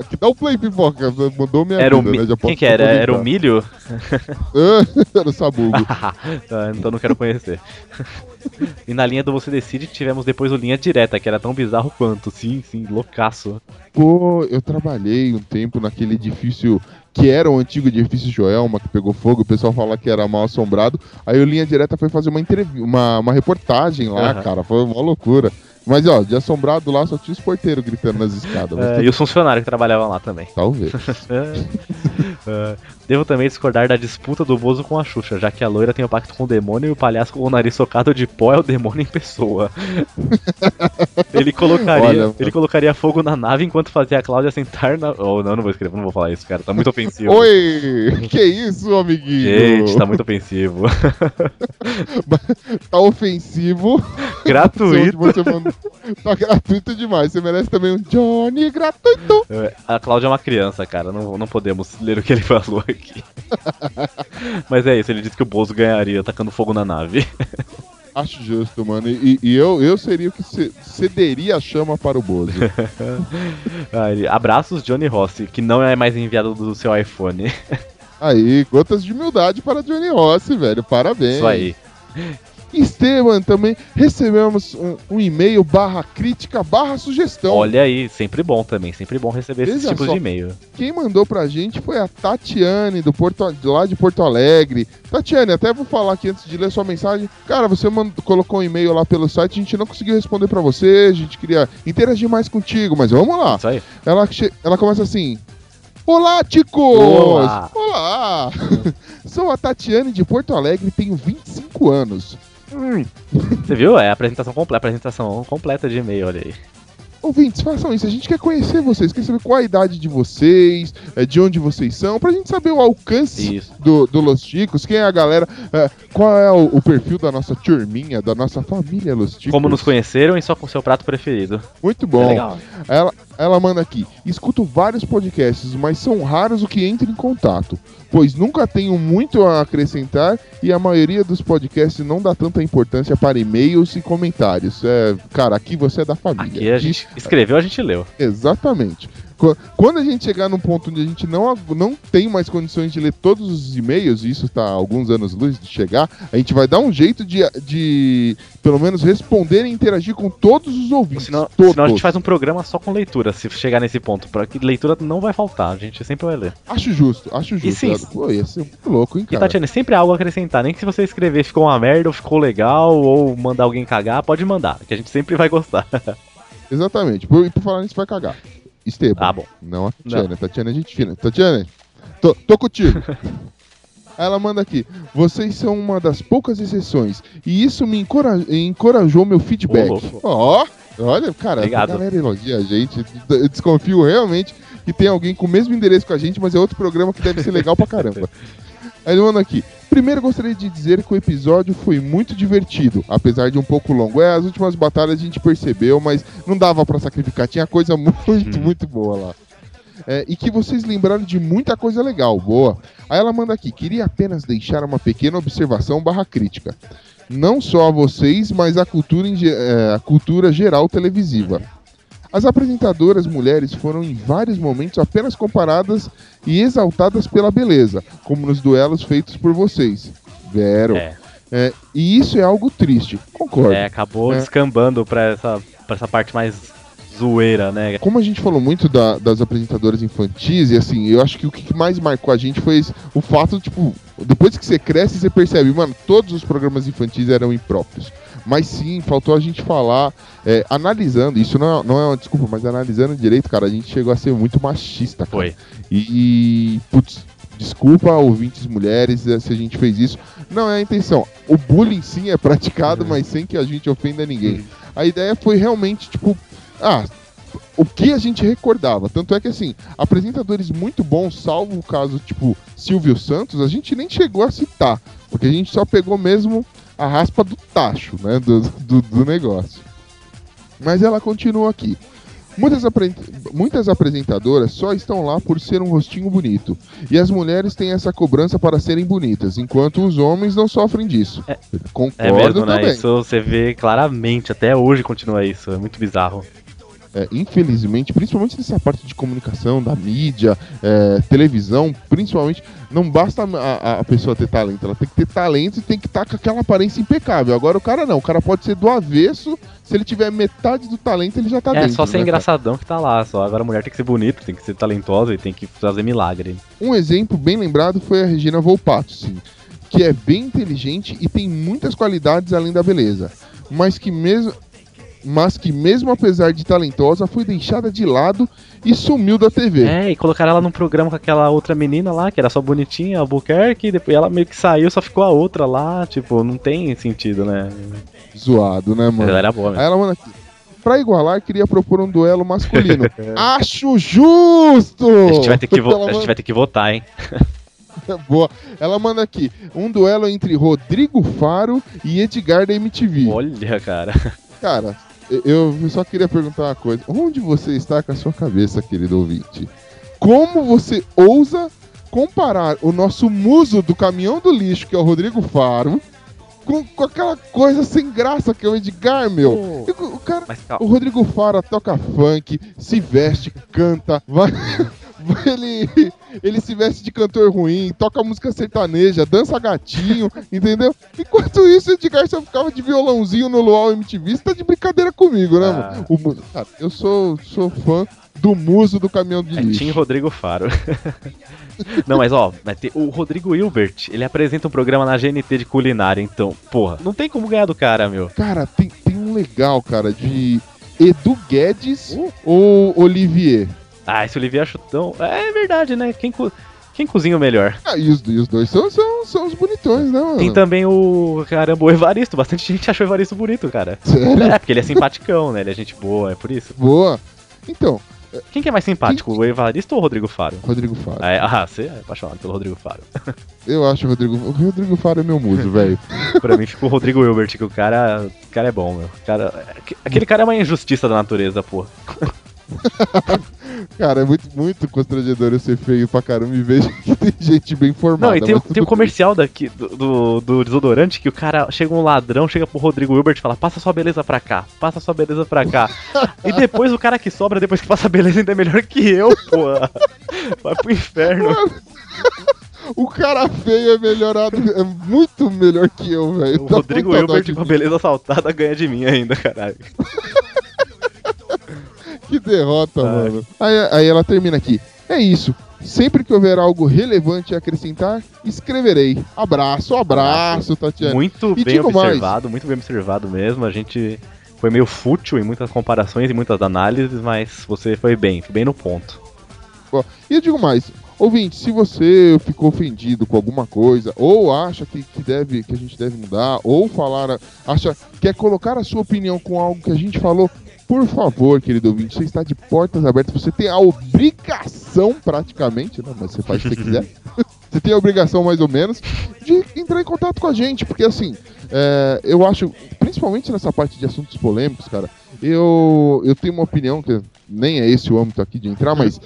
Que Dá o play, pipoca. Mandou minha era o vida, mi... né? Já posso Quem que era? Era um o aproveitar. milho? *laughs* Ah, *laughs* era o Sabugo. Ah, então não quero conhecer. *laughs* e na linha do Você Decide tivemos depois o Linha Direta, que era tão bizarro quanto. Sim, sim, loucaço. Pô, eu trabalhei um tempo naquele edifício que era o antigo edifício Joelma, que pegou fogo, o pessoal fala que era mal assombrado. Aí o Linha Direta foi fazer uma entrevista, uma, uma reportagem lá, Aham. cara. Foi uma loucura. Mas ó, de assombrado lá só tinha os porteiros gritando nas escadas. Mas Ah, tudo- tá e os funcionários que trabalhavam lá também. Talvez. *laughs* É. Ah, devo também discordar da disputa do Bozo com a Xuxa, já que a loira tem o pacto com o demônio e o palhaço com o nariz socado de pó é o demônio em *laughs* pessoa. ele, colocaria, Olha, ele colocaria fogo na nave enquanto fazia a Cláudia sentar na. Oh, não, não vou escrever, não vou falar isso, cara. Tá muito ofensivo. Oi! Que isso, amiguinho? Gente, tá muito ofensivo. *laughs* Tá ofensivo. Gratuito. Você mandou- Tá gratuito demais. Você merece também um Johnny gratuito. É, A Cláudia é uma criança, cara. Não, não podemos ler o que ele *laughs* falou aqui. Mas é isso, ele disse que o Bozo ganharia atacando fogo na nave. Acho justo, mano. E, e eu, eu seria o que ce- cederia a chama para o Bozo. Ah, ele- Abraços, Johnny Rossi, que não é mais enviado do seu iPhone. *laughs* Aí, gotas de humildade para Johnny Rossi, velho. Parabéns. Isso aí. Esteban, também recebemos um, um e-mail barra crítica barra sugestão. Olha aí, sempre bom também, sempre bom receber esses Então- Veja tipos só. de e-mail. Quem mandou pra gente foi a Tatiane, do Porto, lá de Porto Alegre. Tatiane, até vou falar aqui antes de ler sua mensagem. Cara, você mand- colocou um e-mail lá pelo site, a gente não conseguiu responder pra você, a gente queria interagir mais contigo, mas vamos lá. Isso aí. Ela, che- ela começa assim: Olá, Ticos! Olá! Olá! *laughs* Sou a Tatiane de Porto Alegre, tenho 25 anos. Você viu? É a apresentação completa, apresentação completa de e-mail, olha aí. Ouvintes, façam isso. A gente quer conhecer vocês, quer saber qual a idade de vocês, eh, de onde vocês são, pra gente saber o alcance Isso. do, do Los Ticos, quem é a galera, eh, qual é o, o perfil da nossa turminha, da nossa família Los Ticos. Como nos conheceram e só com seu prato preferido. Muito É bom. legal. Ela, ela manda aqui: escuto vários podcasts, mas são raros o que entro em contato, pois nunca tenho muito a acrescentar e a maioria dos podcasts não dá tanta importância para e-mails e comentários. É, cara, aqui você é da família. Aqui a Aqui- gente escreveu, a gente leu. Exatamente. Qu- Quando a gente chegar num ponto onde a gente não, ag- não tem mais condições de ler todos os e-mails, e isso está a alguns anos luz de chegar, a gente vai dar um jeito de, de pelo menos responder e interagir com todos os ouvintes. Senão, todos. senão a gente faz um programa só com leitura, se chegar nesse ponto. Pra que leitura não vai faltar, a gente sempre vai ler. Acho justo, acho justo. sim. Iago. Pô, ia ser muito louco, hein, E cara? Tatiana, sempre há algo a acrescentar. Nem que se você escrever ficou uma merda, ou ficou legal, ou mandar alguém cagar, pode mandar, que a gente sempre vai gostar. *laughs* Exatamente. Por, e por falar nisso, vai cagar. Esteban. Ah, bom. Não a Tatiana. Tatiana é gente fina. Tatiana, tô, *laughs* tô contigo. Aí Ela manda aqui. Vocês são uma das poucas exceções. E isso me encora- encorajou meu feedback. Ô, louco. Ó, olha, cara, a Obrigado. galera elogia a gente. Eu desconfio realmente que tem alguém com o mesmo endereço que a gente, mas é outro programa que deve ser legal pra caramba. Aí ele manda aqui. Primeiro gostaria de dizer que o episódio foi muito divertido, apesar de um pouco longo. É, as últimas batalhas a gente percebeu, mas não dava pra sacrificar, tinha coisa muito, muito boa lá. É, e que vocês lembraram de muita coisa legal, boa. Aí ela manda aqui, queria apenas deixar uma pequena observação barra crítica. Não só a vocês, mas a cultura, em ge- é, a cultura geral televisiva. As apresentadoras mulheres foram em vários momentos apenas comparadas e exaltadas pela beleza, como nos duelos feitos por vocês. Vero. É. É, e isso é algo triste, concordo. É, acabou É. descambando pra essa, pra essa parte mais zoeira, né? É, Como a gente falou muito da- das apresentadoras infantis, e assim, eu acho que o que mais marcou a gente foi esse- o fato, tipo, depois que você cresce, você percebe, mano, todos os programas infantis eram impróprios. Mas sim, faltou a gente falar, é, analisando, isso não é, não é uma desculpa, mas analisando direito, cara, a gente chegou a ser muito machista, cara. Foi. E, e, putz, desculpa, ouvintes mulheres, eh, se a gente fez isso. Não é a intenção. O bullying sim é praticado, mas sem que a gente ofenda ninguém. A ideia foi realmente, tipo, ah, o que a gente recordava. Tanto é que, assim, apresentadores muito bons, salvo o caso, tipo, Silvio Santos, a gente nem chegou a citar, porque a gente só pegou mesmo a raspa do tacho, né, do, do, do negócio. Mas ela continua aqui. Muitas, apre- muitas apresentadoras só estão lá por ser um rostinho bonito. E as mulheres têm essa cobrança para serem bonitas, enquanto os homens não sofrem disso. É Concordo mesmo, né? também. Isso você vê claramente, até hoje continua isso, é muito bizarro. É, infelizmente, principalmente nessa parte de comunicação, da mídia, é, televisão, principalmente, não basta a, a- a pessoa ter talento, ela tem que ter talento e tem que estar com aquela aparência impecável. Agora o cara não, o cara pode ser do avesso, se ele tiver metade do talento, ele já tá é dentro. só ser né, cara? engraçadão que tá lá, só. Agora a mulher tem que ser bonita, tem que ser talentosa e tem que fazer milagre. Um exemplo bem lembrado foi a Regina Volpato, sim, que é bem inteligente e tem muitas qualidades além da beleza, mas que mesmo mas que mesmo apesar de talentosa foi deixada de lado e sumiu da TV. É, e colocaram ela num programa com aquela outra menina lá, que era só bonitinha, Albuquerque, e depois ela meio que saiu, só ficou a outra lá, tipo, não tem sentido, né? É. Zoado, né, mano? Ela era boa mesmo. Aí ela manda aqui. Pra igualar, queria propor um duelo *laughs* masculino. Acho justo! É. A gente, vai ter que vo- Ela a gente vai ter que votar, hein? manda- *laughs* Boa. Ela manda aqui. Um duelo entre Rodrigo Faro e Edgar da MTV. Olha, cara. Cara, eu eu só queria perguntar uma coisa. Onde você está com a sua cabeça, querido ouvinte? Como você ousa comparar o nosso muso do caminhão do lixo, que é o Rodrigo Faro, com, com aquela coisa sem graça que é o Edgar, meu? E o- o cara Mas calma. Ah, o Rodrigo Fara toca funk, se veste, canta, vai. *laughs* vai- Ele, ele se veste de cantor ruim, toca música sertaneja, dança gatinho, entendeu? Enquanto isso, o Edgar só ficava de violãozinho no Luau MTV. Você tá de brincadeira comigo, né, Ah. mano? O mu- cara, eu sou, sou fã do muso do caminhão de É Tim lixo. Rodrigo Faro. *laughs* não, mas ó, vai ter o Rodrigo Hilbert, ele apresenta um programa na GNT de culinária, então, porra, não tem como ganhar do cara, meu. Cara, tem, tem um legal, cara, de Edu Guedes ou Olivier. Ah, esse Olivier achou tão. É verdade, né? Quem, co- Quem cozinha o melhor? Ah, e os, e os dois são, são, são os bonitões, né, mano? Tem também o. Caramba, o Evaristo. Bastante gente achou o Evaristo bonito, cara. Sério? É, porque ele é simpaticão, né? Ele é gente boa, é por isso. Boa. Então, Quem que é mais simpático, o Evaristo ou o Rodrigo Faro? Rodrigo Faro. Ah, é- ah, você é apaixonado pelo Rodrigo Faro. Eu acho o Rodrigo. O Rodrigo Faro é meu muso, velho. pra mim fica o Rodrigo Hilbert, que o cara. O cara é bom, meu. O cara, aque- aquele cara é uma injustiça da natureza, pô. Cara, é muito, muito constrangedor eu ser feio pra caramba e ver *laughs* que tem gente bem formada. Não, e tem, o- mas tudo tem um o bem. comercial daqui do, do, do desodorante que o cara chega um ladrão, chega pro Rodrigo Hilbert e fala: passa sua beleza pra cá, passa sua beleza pra cá. e depois o cara que sobra, depois que passa a beleza, ainda é melhor que eu, pô. Vai pro inferno. O cara feio é melhorado, é muito melhor que eu, velho. O Dá Rodrigo muita dó de Hilbert com a mim. beleza assaltada ganha de mim ainda, caralho. *laughs* Que derrota, mano. Aí, aí ela termina aqui. É isso. Sempre que houver algo relevante a acrescentar, escreverei. Abraço, abraço, Tatiana. Muito E bem digo mais. observado, muito bem observado mesmo. A gente foi meio fútil em muitas comparações e muitas análises, mas você foi bem, foi bem no ponto. Ó, E eu digo mais, ouvinte, se você ficou ofendido com alguma coisa, ou acha que, que, deve, que a gente deve mudar, ou falar, acha, quer colocar a sua opinião com algo que a gente falou, por favor, querido ouvinte, você está de portas abertas, você tem a né, *laughs* obrigação, praticamente, não, mas você faz o que você quiser. Você tem a obrigação, mais ou menos, de entrar em contato com a gente, porque assim, é, eu acho, principalmente nessa parte de assuntos polêmicos, cara, eu, eu tenho uma opinião, que nem é esse o âmbito aqui de entrar, mas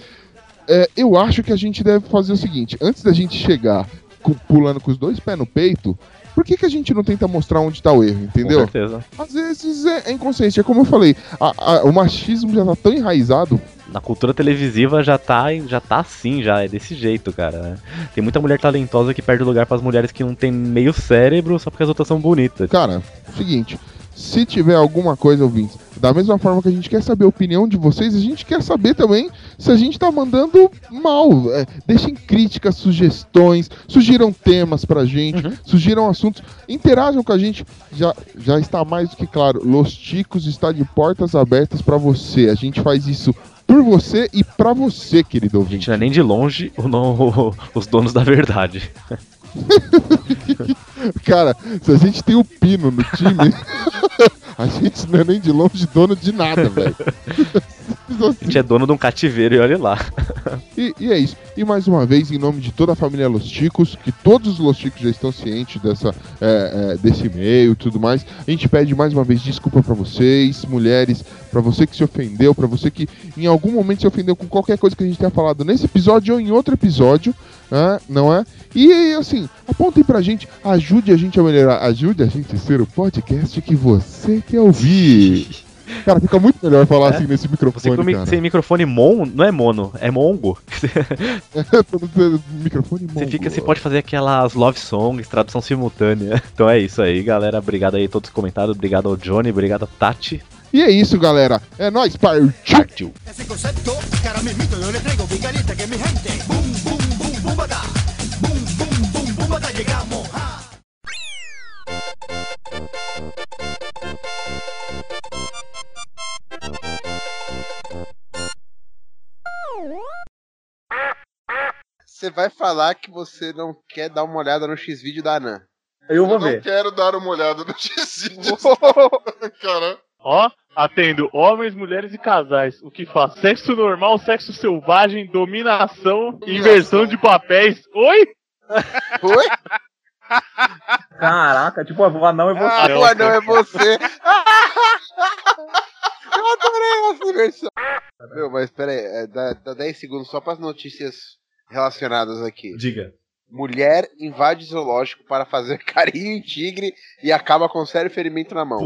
é, eu acho que a gente deve fazer o seguinte: antes da gente chegar com- pulando com os dois pés no peito, por que, que a gente não tenta mostrar onde tá o erro, entendeu? Com certeza. Às vezes é, é inconsciente, é como eu falei, a- a- o machismo já tá tão enraizado Na cultura televisiva já tá, já tá assim, já é desse jeito, cara. né? Tem muita mulher talentosa que perde lugar pras mulheres que não tem meio cérebro só porque as outras são bonitas. Cara, seguinte, se tiver alguma coisa, ouvintes, da mesma forma que a gente quer saber a opinião de vocês, a gente quer saber também se a gente tá mandando mal. É, deixem críticas, sugestões, sugiram temas pra gente, sugiram assuntos, interajam com a gente. Já, já está mais do que claro, Los Ticos está de portas abertas pra você. A gente faz isso por você e pra você, querido A ouvinte. gente não é nem de longe o no- *laughs* os donos da verdade. Cara, se a gente tem o Pino no time, *laughs* a gente não é nem de longe dono de nada, velho. A gente é dono de um cativeiro e olha lá. E, e é isso. E mais uma vez, em nome de toda a família Los Ticos, que todos os Los Ticos já estão cientes dessa, é, é, desse e-mail e tudo mais, a gente pede mais uma vez desculpa pra vocês, mulheres, pra você que se ofendeu, pra você que em algum momento se ofendeu com qualquer coisa que a gente tenha falado nesse episódio ou em outro episódio, né, não é? E assim, apontem pra gente, ajude a gente a melhorar, ajude a gente a ser o podcast que você *laughs* quer ouvir. Cara, fica muito melhor falar É? assim nesse Você microfone, com mi- cara. *laughs* sem microfone mon, não é mono, é mongo. *laughs* Você microfone mongo. fica, você pode fazer aquelas love songs, tradução simultânea. *laughs* Então é isso aí, galera. Obrigado aí a todos os comentários. Obrigado ao Johnny, obrigado a Tati. E é isso, galera. É nóis, partiu! Ese concepto, cara mismito, yo les traigo bien caliente que mi gente. Boom, boom, boom, boom, bata. Boom, boom, boom, boom, bata, llegamos. ah. Você vai falar que você não quer dar uma olhada no X-Vídeo da Anã. Eu vou ver. quero dar uma olhada no X-Vídeo. Cara, Ó, atendo homens, mulheres e casais. O que faz? Sexo normal, sexo selvagem, dominação, inversão de papéis. Oi? *laughs* Oi? Caraca, tipo, o anão é você. Ah, o anão é você. Eu adorei essa versão. Meu, mas peraí, é, dá, dá 10 segundos só para as notícias relacionadas aqui. Diga. Mulher invade zoológico para fazer *laughs* carinho em tigre e acaba com sério ferimento na mão.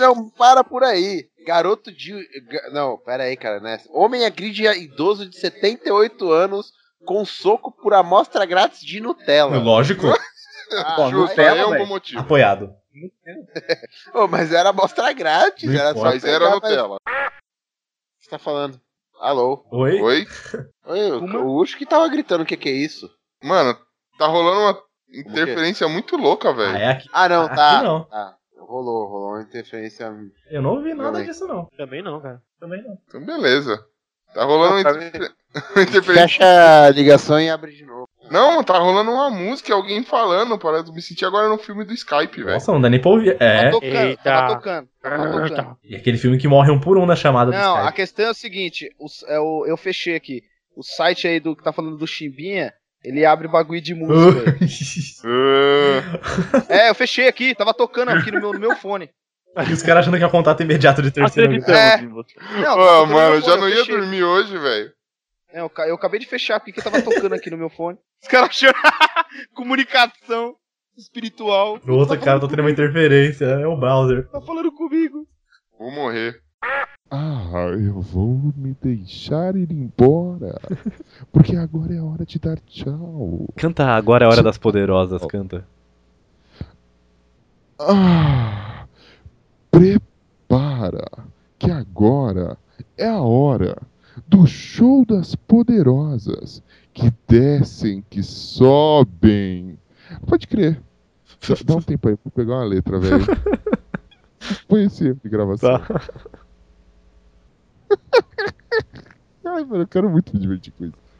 Não, para por aí. Garoto de. ga- Não, pera aí, cara. Né? Homem agride idoso de 78 anos com soco por amostra grátis de Nutella. Lógico. Ah, Pô, justo, Nutella, aí é um velho. bom motivo. Apoiado. Ô, mas era amostra grátis, Não era só importa. pegar, Mas era mas- Nutella. O que você tá falando? Alô? Oi? Oi? Oi, o- o Ucho que tava gritando o que que é isso. Mano, tá rolando uma interferência muito louca, velho. Ah, é aqui- não, aqui tá. não. tá. Rolou, rolou uma interferência. Eu não ouvi nada Violenta. disso, não. Também não, cara. Também não. Então beleza. Tá rolando uma interfer- *laughs* uma interferência. Fecha a ligação e abre de novo. Não, tá rolando uma música, e alguém falando, parece me sentir agora no filme do Skype, velho. Nossa, não dá nem pra ouvir. É. Tá Tava tocando, tava tocando. Tá. E aquele filme que morre um por um na chamada do Não, Skype. a questão é o seguinte, os- é o- eu fechei aqui. O site aí do que tá falando do Chimbinha, ele abre bagulho de *laughs* música. é, eu fechei aqui, tava tocando aqui no meu, no meu fone. *laughs* E os caras achando que é o contato imediato Então, de terceiro grau. É. Não, Não, eu tô Ah, mano, eu no meu já fone, não eu ia fechei. dormir hoje, velho. É, eu, ca- eu acabei de fechar aqui que tava tocando aqui no meu fone. Os caras achando *laughs* comunicação espiritual. Pro outro cara, tô tendo uma interferência. É o browser. Tá falando comigo. Vou morrer. Ah, eu vou me deixar ir *laughs* embora. Porque agora é a hora de dar tchau. Canta agora é a hora das poderosas, canta. Ah, prepara, que agora é a hora do show das poderosas que descem, que sobem. Pode crer. Dá, dá um tempo aí, vou pegar uma letra, velho. Foi esse erro de gravação. *laughs* Ai, mano, eu quero muito me divertir com isso.